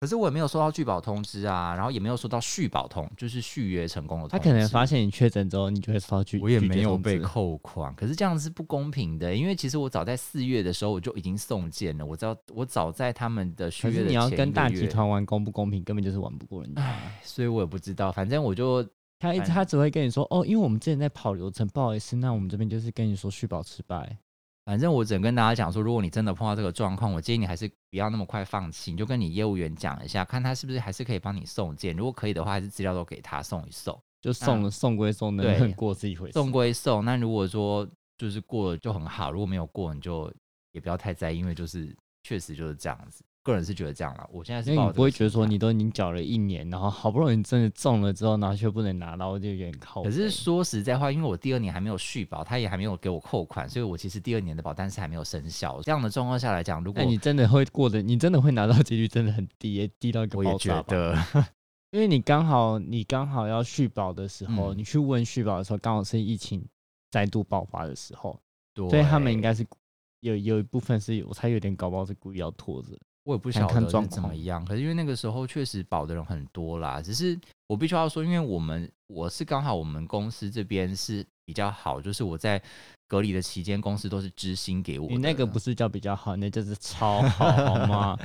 [SPEAKER 1] 可是我也没有收到拒保通知啊，然后也没有收到续保通，哦就是续约成功的
[SPEAKER 2] 他
[SPEAKER 1] 通知。
[SPEAKER 2] 可能发现你确诊之后，你就会收到拒
[SPEAKER 1] 我也
[SPEAKER 2] 拒绝
[SPEAKER 1] 没有
[SPEAKER 2] 通
[SPEAKER 1] 被
[SPEAKER 2] 知
[SPEAKER 1] 扣款，可是这样是不公平的，因为其实我早在四月的时候我就已经送件了，我早我早在他们的续
[SPEAKER 2] 可
[SPEAKER 1] 约
[SPEAKER 2] 是
[SPEAKER 1] 的
[SPEAKER 2] 你要
[SPEAKER 1] 前一
[SPEAKER 2] 跟
[SPEAKER 1] 个
[SPEAKER 2] 大
[SPEAKER 1] 月
[SPEAKER 2] 集，团玩公不公平，根本就是玩不过 人家。
[SPEAKER 1] 所以我也不知道，反正我就
[SPEAKER 2] 他一
[SPEAKER 1] 反
[SPEAKER 2] 他只会跟你说哦，因为我们之前在跑流程，不好意思，那我们这边就是跟你说续保失败。
[SPEAKER 1] 反正我只能跟大家讲说，如果你真的碰到这个状况，我建议你还是不要那么快放弃，你就跟你业务员讲一下，看他是不是还是可以帮你送件。如果可以的话，还是资料都给他送一送，
[SPEAKER 2] 就送了、送归送，能不能
[SPEAKER 1] 啊对
[SPEAKER 2] 过是一啊回事。
[SPEAKER 1] 送归送。那如果说就是过了就很好，如果没有过，你就也不要太在意，因为就是确实就是这样子。个人是觉得这样了，我现在是
[SPEAKER 2] 因为
[SPEAKER 1] 抱
[SPEAKER 2] 你
[SPEAKER 1] 着
[SPEAKER 2] 不会觉
[SPEAKER 1] 这
[SPEAKER 2] 得
[SPEAKER 1] 个
[SPEAKER 2] 说
[SPEAKER 1] 心态
[SPEAKER 2] 你都已经缴了一年，然后好不容易真的中了之后，然后却不能拿到，就有点靠背。
[SPEAKER 1] 可是说实在话，因为我第二年还没有续保，他也还没有给我扣款，所以我其实第二年的保单是还没有生效。这样的状况下来讲，如果
[SPEAKER 2] 那你真的会过的，你真的会拿到几率真的很低，也低到一个
[SPEAKER 1] 我
[SPEAKER 2] 爆
[SPEAKER 1] 也
[SPEAKER 2] 炸
[SPEAKER 1] 觉
[SPEAKER 2] 吧。
[SPEAKER 1] 得，
[SPEAKER 2] 因为你刚好你刚好要续保的时候，
[SPEAKER 1] 嗯
[SPEAKER 2] 你去问续保的时候，刚好是疫情再度爆发的时候，所
[SPEAKER 1] 对
[SPEAKER 2] 以他们应该是有有一部分是有我猜有点搞不好是故意要拖着。
[SPEAKER 1] 我也不
[SPEAKER 2] 看
[SPEAKER 1] 晓
[SPEAKER 2] 看
[SPEAKER 1] 得
[SPEAKER 2] 状
[SPEAKER 1] 是怎么
[SPEAKER 2] 况
[SPEAKER 1] 样，可是因为那个时候确实保的人很多啦，只是我必须要说，因为我们我是刚好我们公司这边是比较好，就是我在隔离的期间，公司都是知心给我的。
[SPEAKER 2] 你那个不是叫比较好，那就是超好，好吗？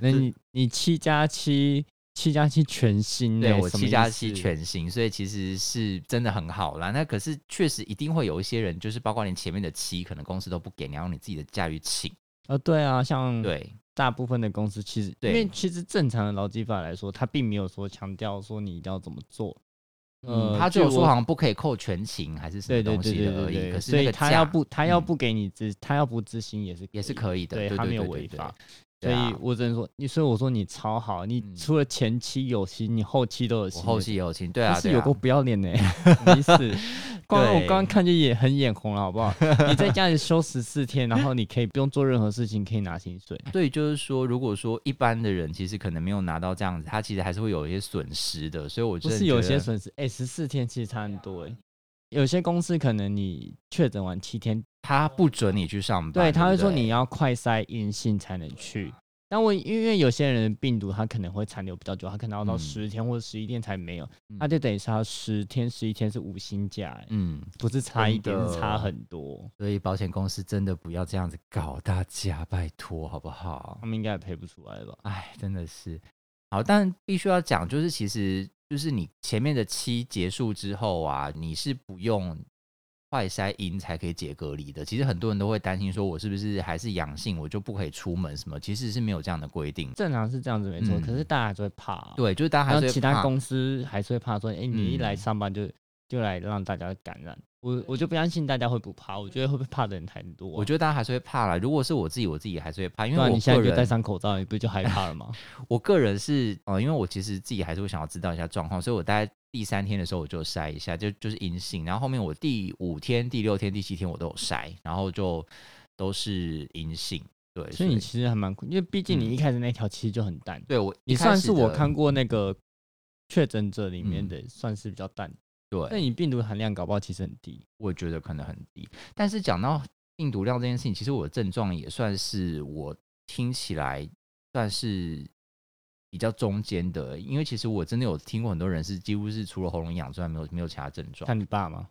[SPEAKER 2] 那你你七加七，七加七全新、
[SPEAKER 1] 对
[SPEAKER 2] 欸，
[SPEAKER 1] 我
[SPEAKER 2] 什么
[SPEAKER 1] 七
[SPEAKER 2] 意
[SPEAKER 1] 加七
[SPEAKER 2] 思
[SPEAKER 1] 全新，所以其实是真的很好啦。那可是确实一定会有一些人，就是包括你前面的七，可能公司都不给，你要用你自己的假去请。
[SPEAKER 2] 呃，对啊，像
[SPEAKER 1] 对，
[SPEAKER 2] 大部分的公司其实，因
[SPEAKER 1] 对
[SPEAKER 2] 为其实正常的劳基法来说，它并没有说强调说你一定要怎么做，
[SPEAKER 1] 嗯，
[SPEAKER 2] 呃
[SPEAKER 1] 他只有
[SPEAKER 2] 据
[SPEAKER 1] 说
[SPEAKER 2] 我
[SPEAKER 1] 好像不可以扣全勤还是什
[SPEAKER 2] 对
[SPEAKER 1] 么
[SPEAKER 2] 对
[SPEAKER 1] 东
[SPEAKER 2] 对
[SPEAKER 1] 西
[SPEAKER 2] 对
[SPEAKER 1] 的而
[SPEAKER 2] 对
[SPEAKER 1] 已，
[SPEAKER 2] 对，
[SPEAKER 1] 可是
[SPEAKER 2] 所
[SPEAKER 1] 那
[SPEAKER 2] 以
[SPEAKER 1] 个
[SPEAKER 2] 他要
[SPEAKER 1] 假
[SPEAKER 2] 不他要
[SPEAKER 1] 嗯
[SPEAKER 2] 不给你执，他要不执行也是
[SPEAKER 1] 也是
[SPEAKER 2] 以
[SPEAKER 1] 可以的，
[SPEAKER 2] 对
[SPEAKER 1] 对
[SPEAKER 2] 他没有
[SPEAKER 1] 对
[SPEAKER 2] 违
[SPEAKER 1] 对
[SPEAKER 2] 法，所
[SPEAKER 1] 对啊
[SPEAKER 2] 以我只能说，你所以我说你超好，你
[SPEAKER 1] 嗯
[SPEAKER 2] 除了前期有心，你后期都有
[SPEAKER 1] 我
[SPEAKER 2] 心，
[SPEAKER 1] 后期也有请，对
[SPEAKER 2] 他
[SPEAKER 1] 啊，
[SPEAKER 2] 是
[SPEAKER 1] 对
[SPEAKER 2] 有
[SPEAKER 1] 啊
[SPEAKER 2] 够不要脸的、欸，什么意思？光我
[SPEAKER 1] 对
[SPEAKER 2] 刚刚看就也很眼红了，好不好？你在 家里休十四天，然后你可以不用做任何事情，可以拿薪水。
[SPEAKER 1] 对，就是说，如果说一般的人其实可能没有拿到这样子，他其实还是会有一些损失的。所以我
[SPEAKER 2] 不
[SPEAKER 1] 真的
[SPEAKER 2] 是有
[SPEAKER 1] 觉
[SPEAKER 2] 些
[SPEAKER 1] 得
[SPEAKER 2] 损失，哎、十四天其实差很多哎、有些公司可能你确诊完七天，
[SPEAKER 1] 他不准你去上班，
[SPEAKER 2] 对，他会
[SPEAKER 1] 不
[SPEAKER 2] 说你要快筛阴性才能去。但我因为有些人病毒它可能会残留比较久，他可能要到
[SPEAKER 1] 嗯
[SPEAKER 2] 十天或者十一天才没有，
[SPEAKER 1] 嗯
[SPEAKER 2] 那就等于是他十天十一天是无薪假、欸，
[SPEAKER 1] 嗯，
[SPEAKER 2] 不是差一点，
[SPEAKER 1] 真的
[SPEAKER 2] 是差很多。
[SPEAKER 1] 所以保险公司真的不要这样子搞大家，拜托好不好
[SPEAKER 2] 他？们应该也赔不出来吧？
[SPEAKER 1] 哎，真的是好，但必须要讲，就是其实就是你前面的期结束之后啊，你是不用快筛阴才可以解隔离的。其实很多人都会担心说，我是不是还是阳性，我就不可以出门什么？其实是没有这样的规定。
[SPEAKER 2] 正常是这样子没错，
[SPEAKER 1] 嗯
[SPEAKER 2] 可是大家还是会怕、啊。，
[SPEAKER 1] 对，就是大家还
[SPEAKER 2] 然
[SPEAKER 1] 是
[SPEAKER 2] 后
[SPEAKER 1] 会
[SPEAKER 2] 其他
[SPEAKER 1] 怕
[SPEAKER 2] 公司还是会怕说，哎、你一来
[SPEAKER 1] 嗯
[SPEAKER 2] 上班就就来让大家感染，我我就不相信大家会不怕，我觉得会不会怕的人太多啊、
[SPEAKER 1] 我觉得大家还是会怕啦。如果是我自己，我自己还是会怕，因
[SPEAKER 2] 对
[SPEAKER 1] 为
[SPEAKER 2] 啊，
[SPEAKER 1] 我
[SPEAKER 2] 你现在
[SPEAKER 1] 个
[SPEAKER 2] 就戴
[SPEAKER 1] 人
[SPEAKER 2] 上口罩，你不就害怕 了吗？
[SPEAKER 1] 我个人是呃，因为我其实自己还是会想要知道一下状况，所以我大概第三天的时候我就筛一下，就就是阴性，然后后面我第五天、第六天、第七天我都有筛，然后就都是阴性。对，
[SPEAKER 2] 所以你其实还蛮酷，因为毕竟你一开始那条其实就很淡，
[SPEAKER 1] 对我
[SPEAKER 2] 你
[SPEAKER 1] 嗯一开
[SPEAKER 2] 算
[SPEAKER 1] 始
[SPEAKER 2] 是我
[SPEAKER 1] 的嗯
[SPEAKER 2] 看过那个确诊者里面的，算是比较淡。那
[SPEAKER 1] 对，
[SPEAKER 2] 你病毒含量搞不好其实很低，
[SPEAKER 1] 我觉得可能很低。但是讲到病毒量这件事情，其实我的症状也算是我听起来算是比较中间的，因为其实我真的有听过很多人是几乎是除了喉咙痒之外没有没有其他症状。
[SPEAKER 2] 看你爸嘛。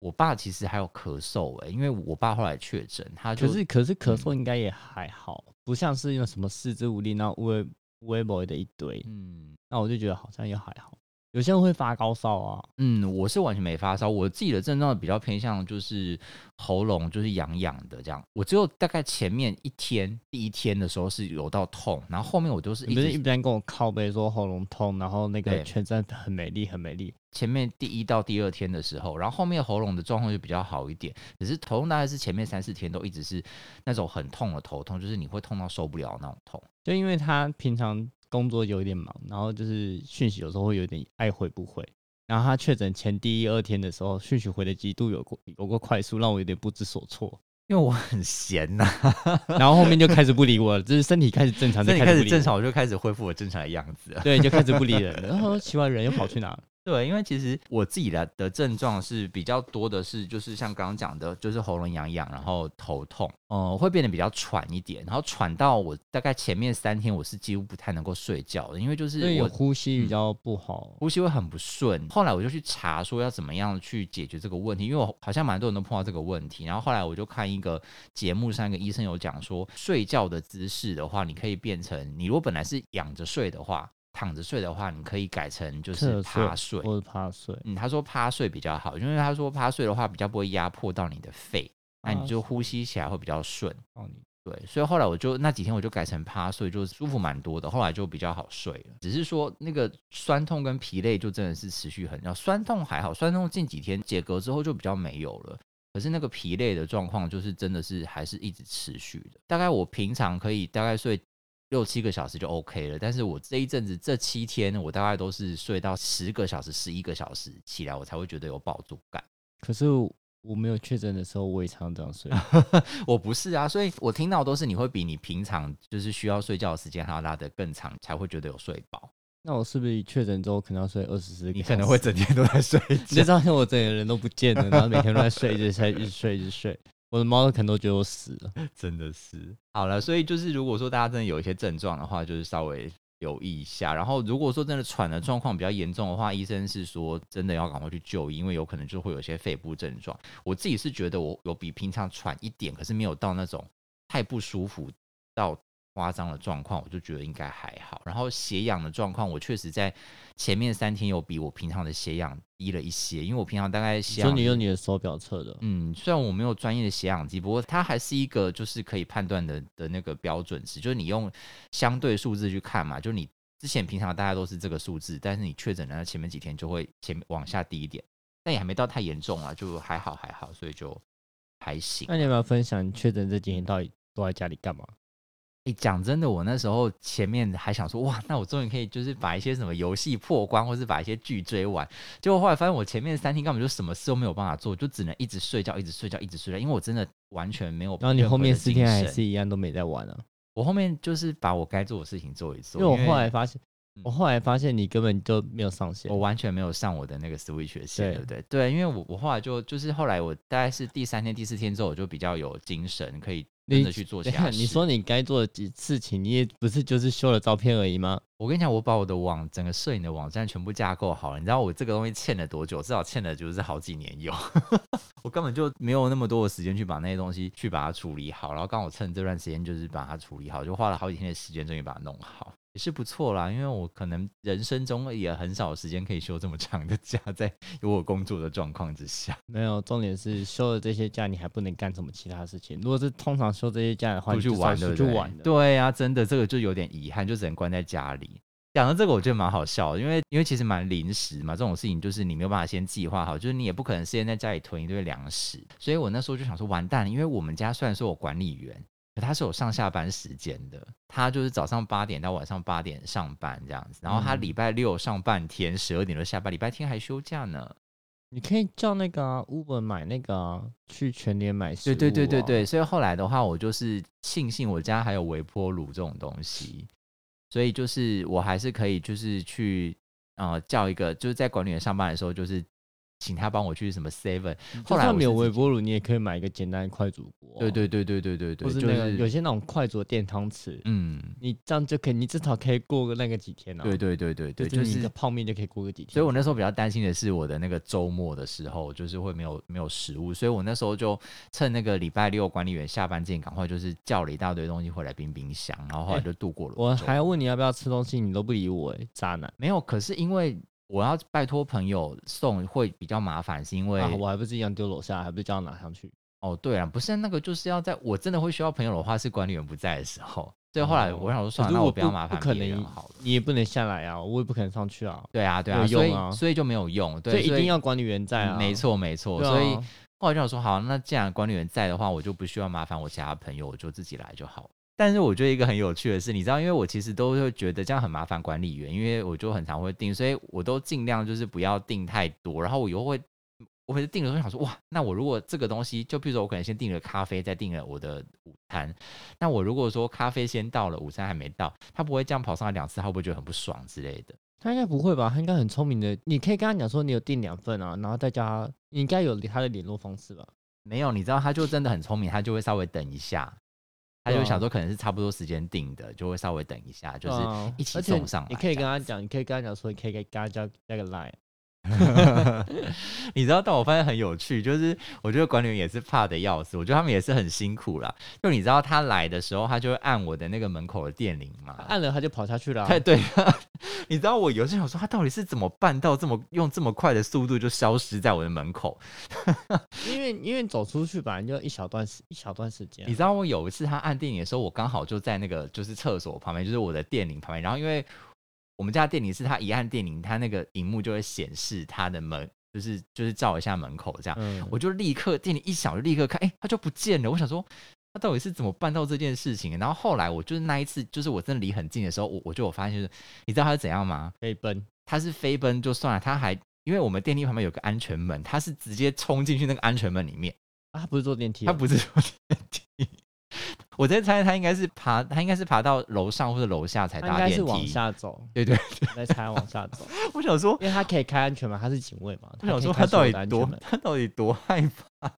[SPEAKER 1] 我爸其实还有咳嗽哎、因为我爸后来确诊，他就嗯
[SPEAKER 2] 可是可是咳嗽应该也还好，不像是那种什么四肢无力，然后微微博的一堆，
[SPEAKER 1] 嗯
[SPEAKER 2] 那我就觉得好像也还好。有些人会发高烧啊，
[SPEAKER 1] 嗯，我是完全没发烧，我自己的症状比较偏向就是喉咙就是痒痒的这样，我只有大概前面一天第一天的时候是有到痛，然后后面我就是
[SPEAKER 2] 你
[SPEAKER 1] 一
[SPEAKER 2] 不是一
[SPEAKER 1] 直
[SPEAKER 2] 般跟我靠背说喉咙痛，然后那个
[SPEAKER 1] 对
[SPEAKER 2] 全身很美丽很美丽，
[SPEAKER 1] 前面第一到第二天的时候，然后后面喉咙的状况就比较好一点，只是头痛大概是前面三四天都一直是那种很痛的头痛，就是你会痛到受不了那种痛。
[SPEAKER 2] 就因为他平常工作有一点忙，然后就是讯息有时候会有点爱回不回。然后他确诊前第一二天的时候，讯息回的极度有过有过快速，让我有点不知所 措。
[SPEAKER 1] 因为我很闲呐、
[SPEAKER 2] 然后后面就开始不理我了，就是身体开始正常，
[SPEAKER 1] 所
[SPEAKER 2] 就
[SPEAKER 1] 以你
[SPEAKER 2] 开
[SPEAKER 1] 开
[SPEAKER 2] 始
[SPEAKER 1] 始
[SPEAKER 2] 不理
[SPEAKER 1] 正
[SPEAKER 2] 我，
[SPEAKER 1] 常，我就开始恢复我正常的样子了。
[SPEAKER 2] 对，就开始不理人了。然后奇怪，人又跑去哪了？
[SPEAKER 1] 对，因为其实我自己的的症状是比较多的是，就是像刚刚讲的，就是喉咙痒痒，然后头痛，呃，会变得比较喘一点，然后喘到我大概前面三天我是几乎不太能够睡觉的，因为就
[SPEAKER 2] 因为
[SPEAKER 1] 是
[SPEAKER 2] 有
[SPEAKER 1] 我嗯
[SPEAKER 2] 呼吸比较不好，
[SPEAKER 1] 呼吸会很不顺。后来我就去查说要怎么样去解决这个问题，因为我好像蛮多人都碰到这个问题。然后后来我就看一个节目上，一个医生有讲说，睡觉的姿势的话，你可以变成你如果本来是仰着睡的话，躺着睡的话，你可以改成就是
[SPEAKER 2] 侧
[SPEAKER 1] 趴睡。
[SPEAKER 2] 或者趴睡，
[SPEAKER 1] 嗯，他说趴睡比较好，因为他说趴睡的话比较不会压迫到你的肺，那你就呼吸起来会比较顺。
[SPEAKER 2] 哦你
[SPEAKER 1] 对，所以后来我就那几天我就改成趴睡，就舒服蛮多的，后来就比较好睡了。只是说那个酸痛跟疲累就真的是持续很，要酸痛还好，酸痛近几天解隔之后就比较没有了。可是那个疲累的状况就是真的是还是一直持续的。大概我平常可以大概睡六七个小时就 OK 了，但是我这一阵子这七天我大概都是睡到十个小时、十一个小时起来，我才会觉得有饱足感。
[SPEAKER 2] 可是我没有确诊的时候，我也常常这样睡。
[SPEAKER 1] 啊我不是啊，所以我听到都是你会比你平常就是需要睡觉的时间还要拉得更长，才会觉得有睡饱。
[SPEAKER 2] 那我是不是确诊之后可能要睡二十四？
[SPEAKER 1] 你可能会整天都在睡
[SPEAKER 2] 你就
[SPEAKER 1] 觉。
[SPEAKER 2] 知道我整个人都不见了，然后每天都在睡，一直睡，一直睡，一直睡。我的猫可能都觉得我死了。
[SPEAKER 1] 真的是。好了，所以就是如果说大家真的有一些症状的话，就是稍微留意一下。然后如果说真的喘的状况比较严重的话，医生是说真的要赶快去就医，因为有可能就会有一些肺部症状。我自己是觉得我有比平常喘一点，可是没有到那种太不舒服到夸张的状况，我就觉得应该还好。然后血氧的状况，我确实在前面三天有比我平常的血氧低了一些，因为我平常大概血
[SPEAKER 2] 所以
[SPEAKER 1] 氧
[SPEAKER 2] 你用你的手表测的，
[SPEAKER 1] 嗯，虽然我没有专业的血氧机，不过它还是一个就是可以判断的的那个标准值，就是你用相对数字去看嘛，就是你之前平常大家都是这个数字，但是你确诊了前面几天就会前面往下低一点，但也还没到太严重啊，就还好还好，所以就还行。
[SPEAKER 2] 那你要不要分享你确诊这几天到底都在家里干嘛？
[SPEAKER 1] 诶，讲真的，我那时候前面还想说，哇，那我终于可以就是把一些什么游戏破关，或是把一些剧追完。结果后来发现，我前面三天根本就什么事都没有办法做，就只能一直睡觉，一直睡觉，一直睡觉，因为我真的完全没有。
[SPEAKER 2] 然后你后面四天还
[SPEAKER 1] 是。
[SPEAKER 2] 是一样都没在玩啊？
[SPEAKER 1] 我后面就是把我该做的事情做一做，
[SPEAKER 2] 因为我后来发现
[SPEAKER 1] 嗯，哦
[SPEAKER 2] 我后来发现你根本就没有上线
[SPEAKER 1] 我。完全没有上我的那个 Switch 的线，
[SPEAKER 2] 对
[SPEAKER 1] 对不对？对，因为我我后来就就是后来我大概是第三天、第四天之后，我就比较有精神，可以真的去 做
[SPEAKER 2] 等
[SPEAKER 1] 其
[SPEAKER 2] 一下
[SPEAKER 1] 他
[SPEAKER 2] 你
[SPEAKER 1] 事
[SPEAKER 2] 说你该做的几事情，你也不是就是修了照片而已吗？
[SPEAKER 1] 我跟你讲，我把我的网整个摄影的网站全部架构好了，你知道我这个东西欠了多久？至少欠了就是好几年有， 我根本就没有那么多的时间去把那些东西去把它处理好，然后刚好趁这段时间就是把它处理好，就花了好几天的时间，终于把它弄好，也是不错啦。因为我可能人生中也很少有时间可以休这么长的假，在有我工作的状况之下，
[SPEAKER 2] 没有，重点是休了这些假，你还不能干什么其他事情。如果是通常休这些假的话，
[SPEAKER 1] 出去
[SPEAKER 2] 你就是
[SPEAKER 1] 玩
[SPEAKER 2] 要
[SPEAKER 1] 对
[SPEAKER 2] 出
[SPEAKER 1] 不
[SPEAKER 2] 去
[SPEAKER 1] 对？
[SPEAKER 2] 玩的。
[SPEAKER 1] 对啊，真的这个就有点遗憾，就只能关在家里。讲到这个，我觉得蛮好笑的，因为因为其实蛮临时嘛，这种事情就是你没有办法先计划好，就是你也不可能事先在家里囤一堆粮食，所以我那时候就想说，完蛋了，因为我们家虽然说我管理员，可他是有上下班时间的，他就是早上八点到晚上八点上班这样子，然后他
[SPEAKER 2] 嗯
[SPEAKER 1] 礼拜六上半天，十二点就下班，礼拜天还休假呢。
[SPEAKER 2] 你可以叫那个、啊、Uber 买那个、啊、去全联买食物、啊
[SPEAKER 1] 对对对对对，，所以后来的话，我就是庆幸我家还有微波炉这种东西，所以就是我还是可以就是去呃叫一个，就是在管理员上班的时候，就是请他帮我去什么 seven。后
[SPEAKER 2] 后
[SPEAKER 1] 来
[SPEAKER 2] 来
[SPEAKER 1] 我
[SPEAKER 2] 没有
[SPEAKER 1] 是
[SPEAKER 2] 微
[SPEAKER 1] 自己
[SPEAKER 2] 波炉，你也可以买一个简单的快煮锅、啊
[SPEAKER 1] 对对对对对对对，
[SPEAKER 2] 或是
[SPEAKER 1] 就
[SPEAKER 2] 那个、有
[SPEAKER 1] 是
[SPEAKER 2] 些那种快煮的电汤匙，
[SPEAKER 1] 嗯，
[SPEAKER 2] 你这样就可以，你至少可以过个那个几天啊。
[SPEAKER 1] 对对对对对，
[SPEAKER 2] 就
[SPEAKER 1] 就是
[SPEAKER 2] 你一
[SPEAKER 1] 是
[SPEAKER 2] 个泡面就可以过个几天。
[SPEAKER 1] 所以我那时候比较担心的是我的那个周末的时候，就是会没有没有食物，所以我那时候就趁那个礼拜六管理员下班之前，赶快就是叫了一大堆东西回来冰冰箱，然后后来
[SPEAKER 2] 哎
[SPEAKER 1] 就度过了
[SPEAKER 2] 我
[SPEAKER 1] 周
[SPEAKER 2] 还要问你要不要吃东西，你都不理我、欸，渣男
[SPEAKER 1] 没有，可是因为我要拜托朋友送会比较麻烦，是因为、
[SPEAKER 2] 啊！我还不是一样丢楼下，还不是叫他拿上去？
[SPEAKER 1] 哦，对啊，不是那个就是要在我真的会需要朋友的话，是管理员不在的时候。所以后来
[SPEAKER 2] 哦
[SPEAKER 1] 我想说，算
[SPEAKER 2] 可
[SPEAKER 1] 了，
[SPEAKER 2] 是
[SPEAKER 1] 那
[SPEAKER 2] 我
[SPEAKER 1] 不要麻
[SPEAKER 2] 不
[SPEAKER 1] 烦
[SPEAKER 2] 可
[SPEAKER 1] 别人
[SPEAKER 2] 能
[SPEAKER 1] 好了。
[SPEAKER 2] 你也不能下来啊，我也不可能上去啊，
[SPEAKER 1] 对啊，对
[SPEAKER 2] 有
[SPEAKER 1] 啊，所以
[SPEAKER 2] 用啊
[SPEAKER 1] 所以就没有用，对，
[SPEAKER 2] 所以一
[SPEAKER 1] 所
[SPEAKER 2] 定要管理员在啊。
[SPEAKER 1] 嗯没，错没错。
[SPEAKER 2] 对啊
[SPEAKER 1] 所以后来就想说，好，那既然管理员在的话，我就不需要麻烦我其他朋友，我就自己来就好了。但是我觉得一个很有趣的是，你知道，因为我其实都会觉得这样很麻烦管理员，因为我就很常会订，所以我都尽量就是不要订太多。然后我又会，我每次订的时候想说，哇，那我如果这个东西，就比如说我可能先订了咖啡，再订了我的午餐，那我如果说咖啡先到了，午餐还没到，他不会这样跑上来两次，他会不会觉得很不爽之类的？
[SPEAKER 2] 他应该不会吧？他应该很聪明的，你可以跟他讲说你有订两份啊，然后再加他，你应该有他的联络方式吧？
[SPEAKER 1] 没有，你知道，他就真的很聪明，他就会稍微等一下，他
[SPEAKER 2] 对
[SPEAKER 1] 就会
[SPEAKER 2] 啊
[SPEAKER 1] 想说可能是差不多时间定的，就会稍微等一下，就是
[SPEAKER 2] 对啊
[SPEAKER 1] 一起
[SPEAKER 2] 而且
[SPEAKER 1] 送上来
[SPEAKER 2] 你可以跟他讲，你可以跟他讲说，你可以跟他加加个 line。
[SPEAKER 1] 你知道，但我发现很有趣，就是我觉得管理员也是怕的要死，我觉得他们也是很辛苦啦。就你知道，他来的时候，他就会按我的那个门口的电铃嘛。
[SPEAKER 2] 按了他就跑下去了啊、
[SPEAKER 1] 太对 了，你知道我有时候想说，他到底是怎么办到这么用这么快的速度就消失在我的门口？
[SPEAKER 2] 因为因为走出去本来就一小段时一小段时间啊、
[SPEAKER 1] 你知道我有一次他按电铃的时候，我刚好就在那个就是厕所旁边，就是我的电铃旁边。然后因为我们家的电铃是他一按电铃，他那个荧幕就会显示他的门，就是就是照一下门口这样。
[SPEAKER 2] 嗯，
[SPEAKER 1] 我就立刻电铃一响，我就立刻看，哎、他就不见了。我想说他到底是怎么办到这件事情的？然后后来我就是那一次，就是我真的离很近的时候，我我就有发现、就是，你知道他是怎样吗？
[SPEAKER 2] 可以奔。
[SPEAKER 1] 他是飞奔就算了，他还因为我们电梯旁边有个安全门，他是直接冲进去那个安全门里面。
[SPEAKER 2] 啊，他不是坐电梯
[SPEAKER 1] 他
[SPEAKER 2] 哦、
[SPEAKER 1] 不是坐电梯。我在猜他应该是爬，他应该是爬到楼上或者楼下才
[SPEAKER 2] 他应
[SPEAKER 1] 搭
[SPEAKER 2] 该
[SPEAKER 1] 电
[SPEAKER 2] 是往
[SPEAKER 1] 梯。
[SPEAKER 2] 下走，
[SPEAKER 1] 对 对，
[SPEAKER 2] 我在猜他往下走，
[SPEAKER 1] 我想说，
[SPEAKER 2] 因为他可以开安全门，他是警卫嘛。
[SPEAKER 1] 我想
[SPEAKER 2] 可以
[SPEAKER 1] 说
[SPEAKER 2] 开
[SPEAKER 1] 他
[SPEAKER 2] 所
[SPEAKER 1] 到
[SPEAKER 2] 有的
[SPEAKER 1] 底
[SPEAKER 2] 安全
[SPEAKER 1] 多
[SPEAKER 2] 门，
[SPEAKER 1] 他到底多害怕？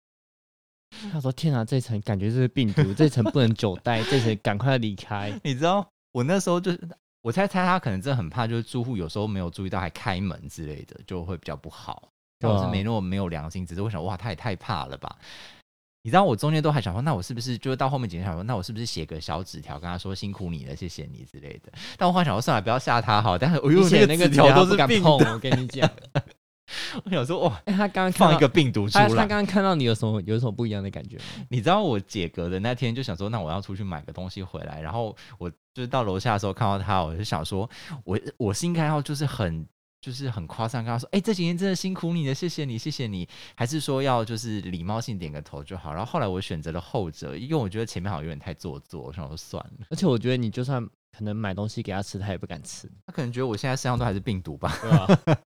[SPEAKER 2] 他说：“天啊，这层感觉是病毒，这层不能久待，这层赶快离开。
[SPEAKER 1] 你知道，我那时候就是，我猜猜他可能真的很怕，就是住户有时候没有注意到还开门之类的，就会比较不好。但我
[SPEAKER 2] 对
[SPEAKER 1] 是
[SPEAKER 2] 啊
[SPEAKER 1] 没那么没有良心，只是我想，哇，他也太怕了吧。你知道我中间都还想说，那我是不是就是到后面几天想说，那我是不是写个小纸条跟他说辛苦你了，谢谢你之类的？但我后来想说，算了，不要吓他好。但是我
[SPEAKER 2] 你
[SPEAKER 1] 用
[SPEAKER 2] 写那
[SPEAKER 1] 那个
[SPEAKER 2] 个纸
[SPEAKER 1] 纸
[SPEAKER 2] 条
[SPEAKER 1] 条
[SPEAKER 2] 他
[SPEAKER 1] 都
[SPEAKER 2] 不
[SPEAKER 1] 是
[SPEAKER 2] 敢
[SPEAKER 1] 病
[SPEAKER 2] 碰，
[SPEAKER 1] 的，
[SPEAKER 2] 我跟 你讲。
[SPEAKER 1] 我想说，哇，
[SPEAKER 2] 哎、他刚刚看
[SPEAKER 1] 放一
[SPEAKER 2] 到
[SPEAKER 1] 个病毒出
[SPEAKER 2] 他他
[SPEAKER 1] 来
[SPEAKER 2] 刚。刚看到你有什么有什么不一样的感觉吗？
[SPEAKER 1] 你知道我解隔的那天就想说，那我要出去买个东西回来，然后我就是到楼下的时候看到他，我就想说，我我是应该要就是很就是很夸张，跟他说：“哎、这几天真的辛苦你了，谢谢你，谢谢你。”还是说要就是礼貌性点个头就好？然后后来我选择了后者，因为我觉得前面好像有点太做作，我想说算了。
[SPEAKER 2] 而且我觉得你就算可能买东西给他吃，他也不敢吃，
[SPEAKER 1] 他可能觉得我现在身上都还是病毒吧？
[SPEAKER 2] 对吧、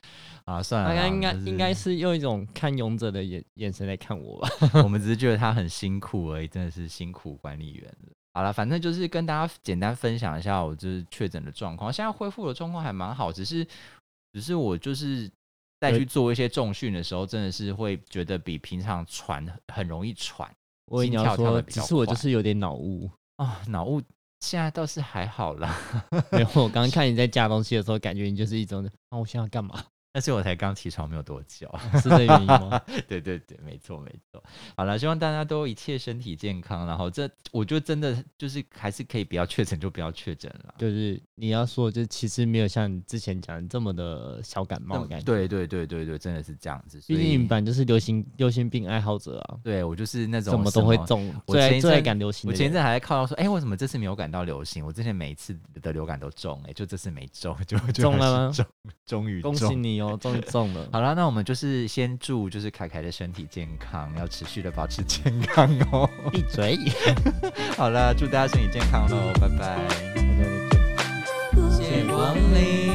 [SPEAKER 1] 啊，算了
[SPEAKER 2] 大
[SPEAKER 1] 啦，
[SPEAKER 2] 家应该
[SPEAKER 1] 就是
[SPEAKER 2] 应该是用一种看勇者的眼眼神来看我吧。
[SPEAKER 1] 我们只是觉得他很辛苦而已，真的是辛苦管理员了。好了，反正就是跟大家简单分享一下我就是确诊的状况，现在恢复的状况还蛮好，只是只是我就是再去做一些重训的时候，真的是会觉得比平常喘很容易喘
[SPEAKER 2] 我跟你
[SPEAKER 1] 心跳
[SPEAKER 2] 要
[SPEAKER 1] 跳得
[SPEAKER 2] 说，
[SPEAKER 1] 比
[SPEAKER 2] 只
[SPEAKER 1] 较
[SPEAKER 2] 是我就
[SPEAKER 1] 快
[SPEAKER 2] 是有点脑雾。
[SPEAKER 1] 啊，脑雾现在倒是还好啦，
[SPEAKER 2] 没有，我刚刚看你在架东西的时候，感觉你就是一种，啊，我想要干嘛？
[SPEAKER 1] 但是我才刚起床没有多久。
[SPEAKER 2] 是这原因吗？
[SPEAKER 1] 对对对，没错没错。好了，希望大家都一切身体健康，然后这我觉得真的就是还是可以不要确诊就不要确诊了。
[SPEAKER 2] 就是你要说，就是其实没有像你之前讲的这么的小感冒的
[SPEAKER 1] 那
[SPEAKER 2] 感觉。
[SPEAKER 1] 对对对对对，真的是这样子。所
[SPEAKER 2] 毕竟你
[SPEAKER 1] 以
[SPEAKER 2] 本来就是流行流行病爱好者啊，
[SPEAKER 1] 对我就是那种
[SPEAKER 2] 怎么
[SPEAKER 1] 什
[SPEAKER 2] 都会。中，
[SPEAKER 1] 我
[SPEAKER 2] 最
[SPEAKER 1] 前
[SPEAKER 2] 爱
[SPEAKER 1] 一
[SPEAKER 2] 最爱
[SPEAKER 1] 阵
[SPEAKER 2] 赶流行
[SPEAKER 1] 我
[SPEAKER 2] 的人。
[SPEAKER 1] 前一阵还在靠说，哎、为什么这次没有感到流行？我之前每一次的流感都中、哎，就这次没中，就就
[SPEAKER 2] 中
[SPEAKER 1] 还是
[SPEAKER 2] 了吗
[SPEAKER 1] 中，终于
[SPEAKER 2] 恭喜
[SPEAKER 1] 中。
[SPEAKER 2] 你哦，终于中 了。
[SPEAKER 1] 好了，那我们就是先祝就是凯凯的身体健康，要持续的保持健康哦。
[SPEAKER 2] 闭嘴！
[SPEAKER 1] 好了，祝大家身体健康喽，拜拜。
[SPEAKER 2] 大家再见。
[SPEAKER 1] 谢谢光临。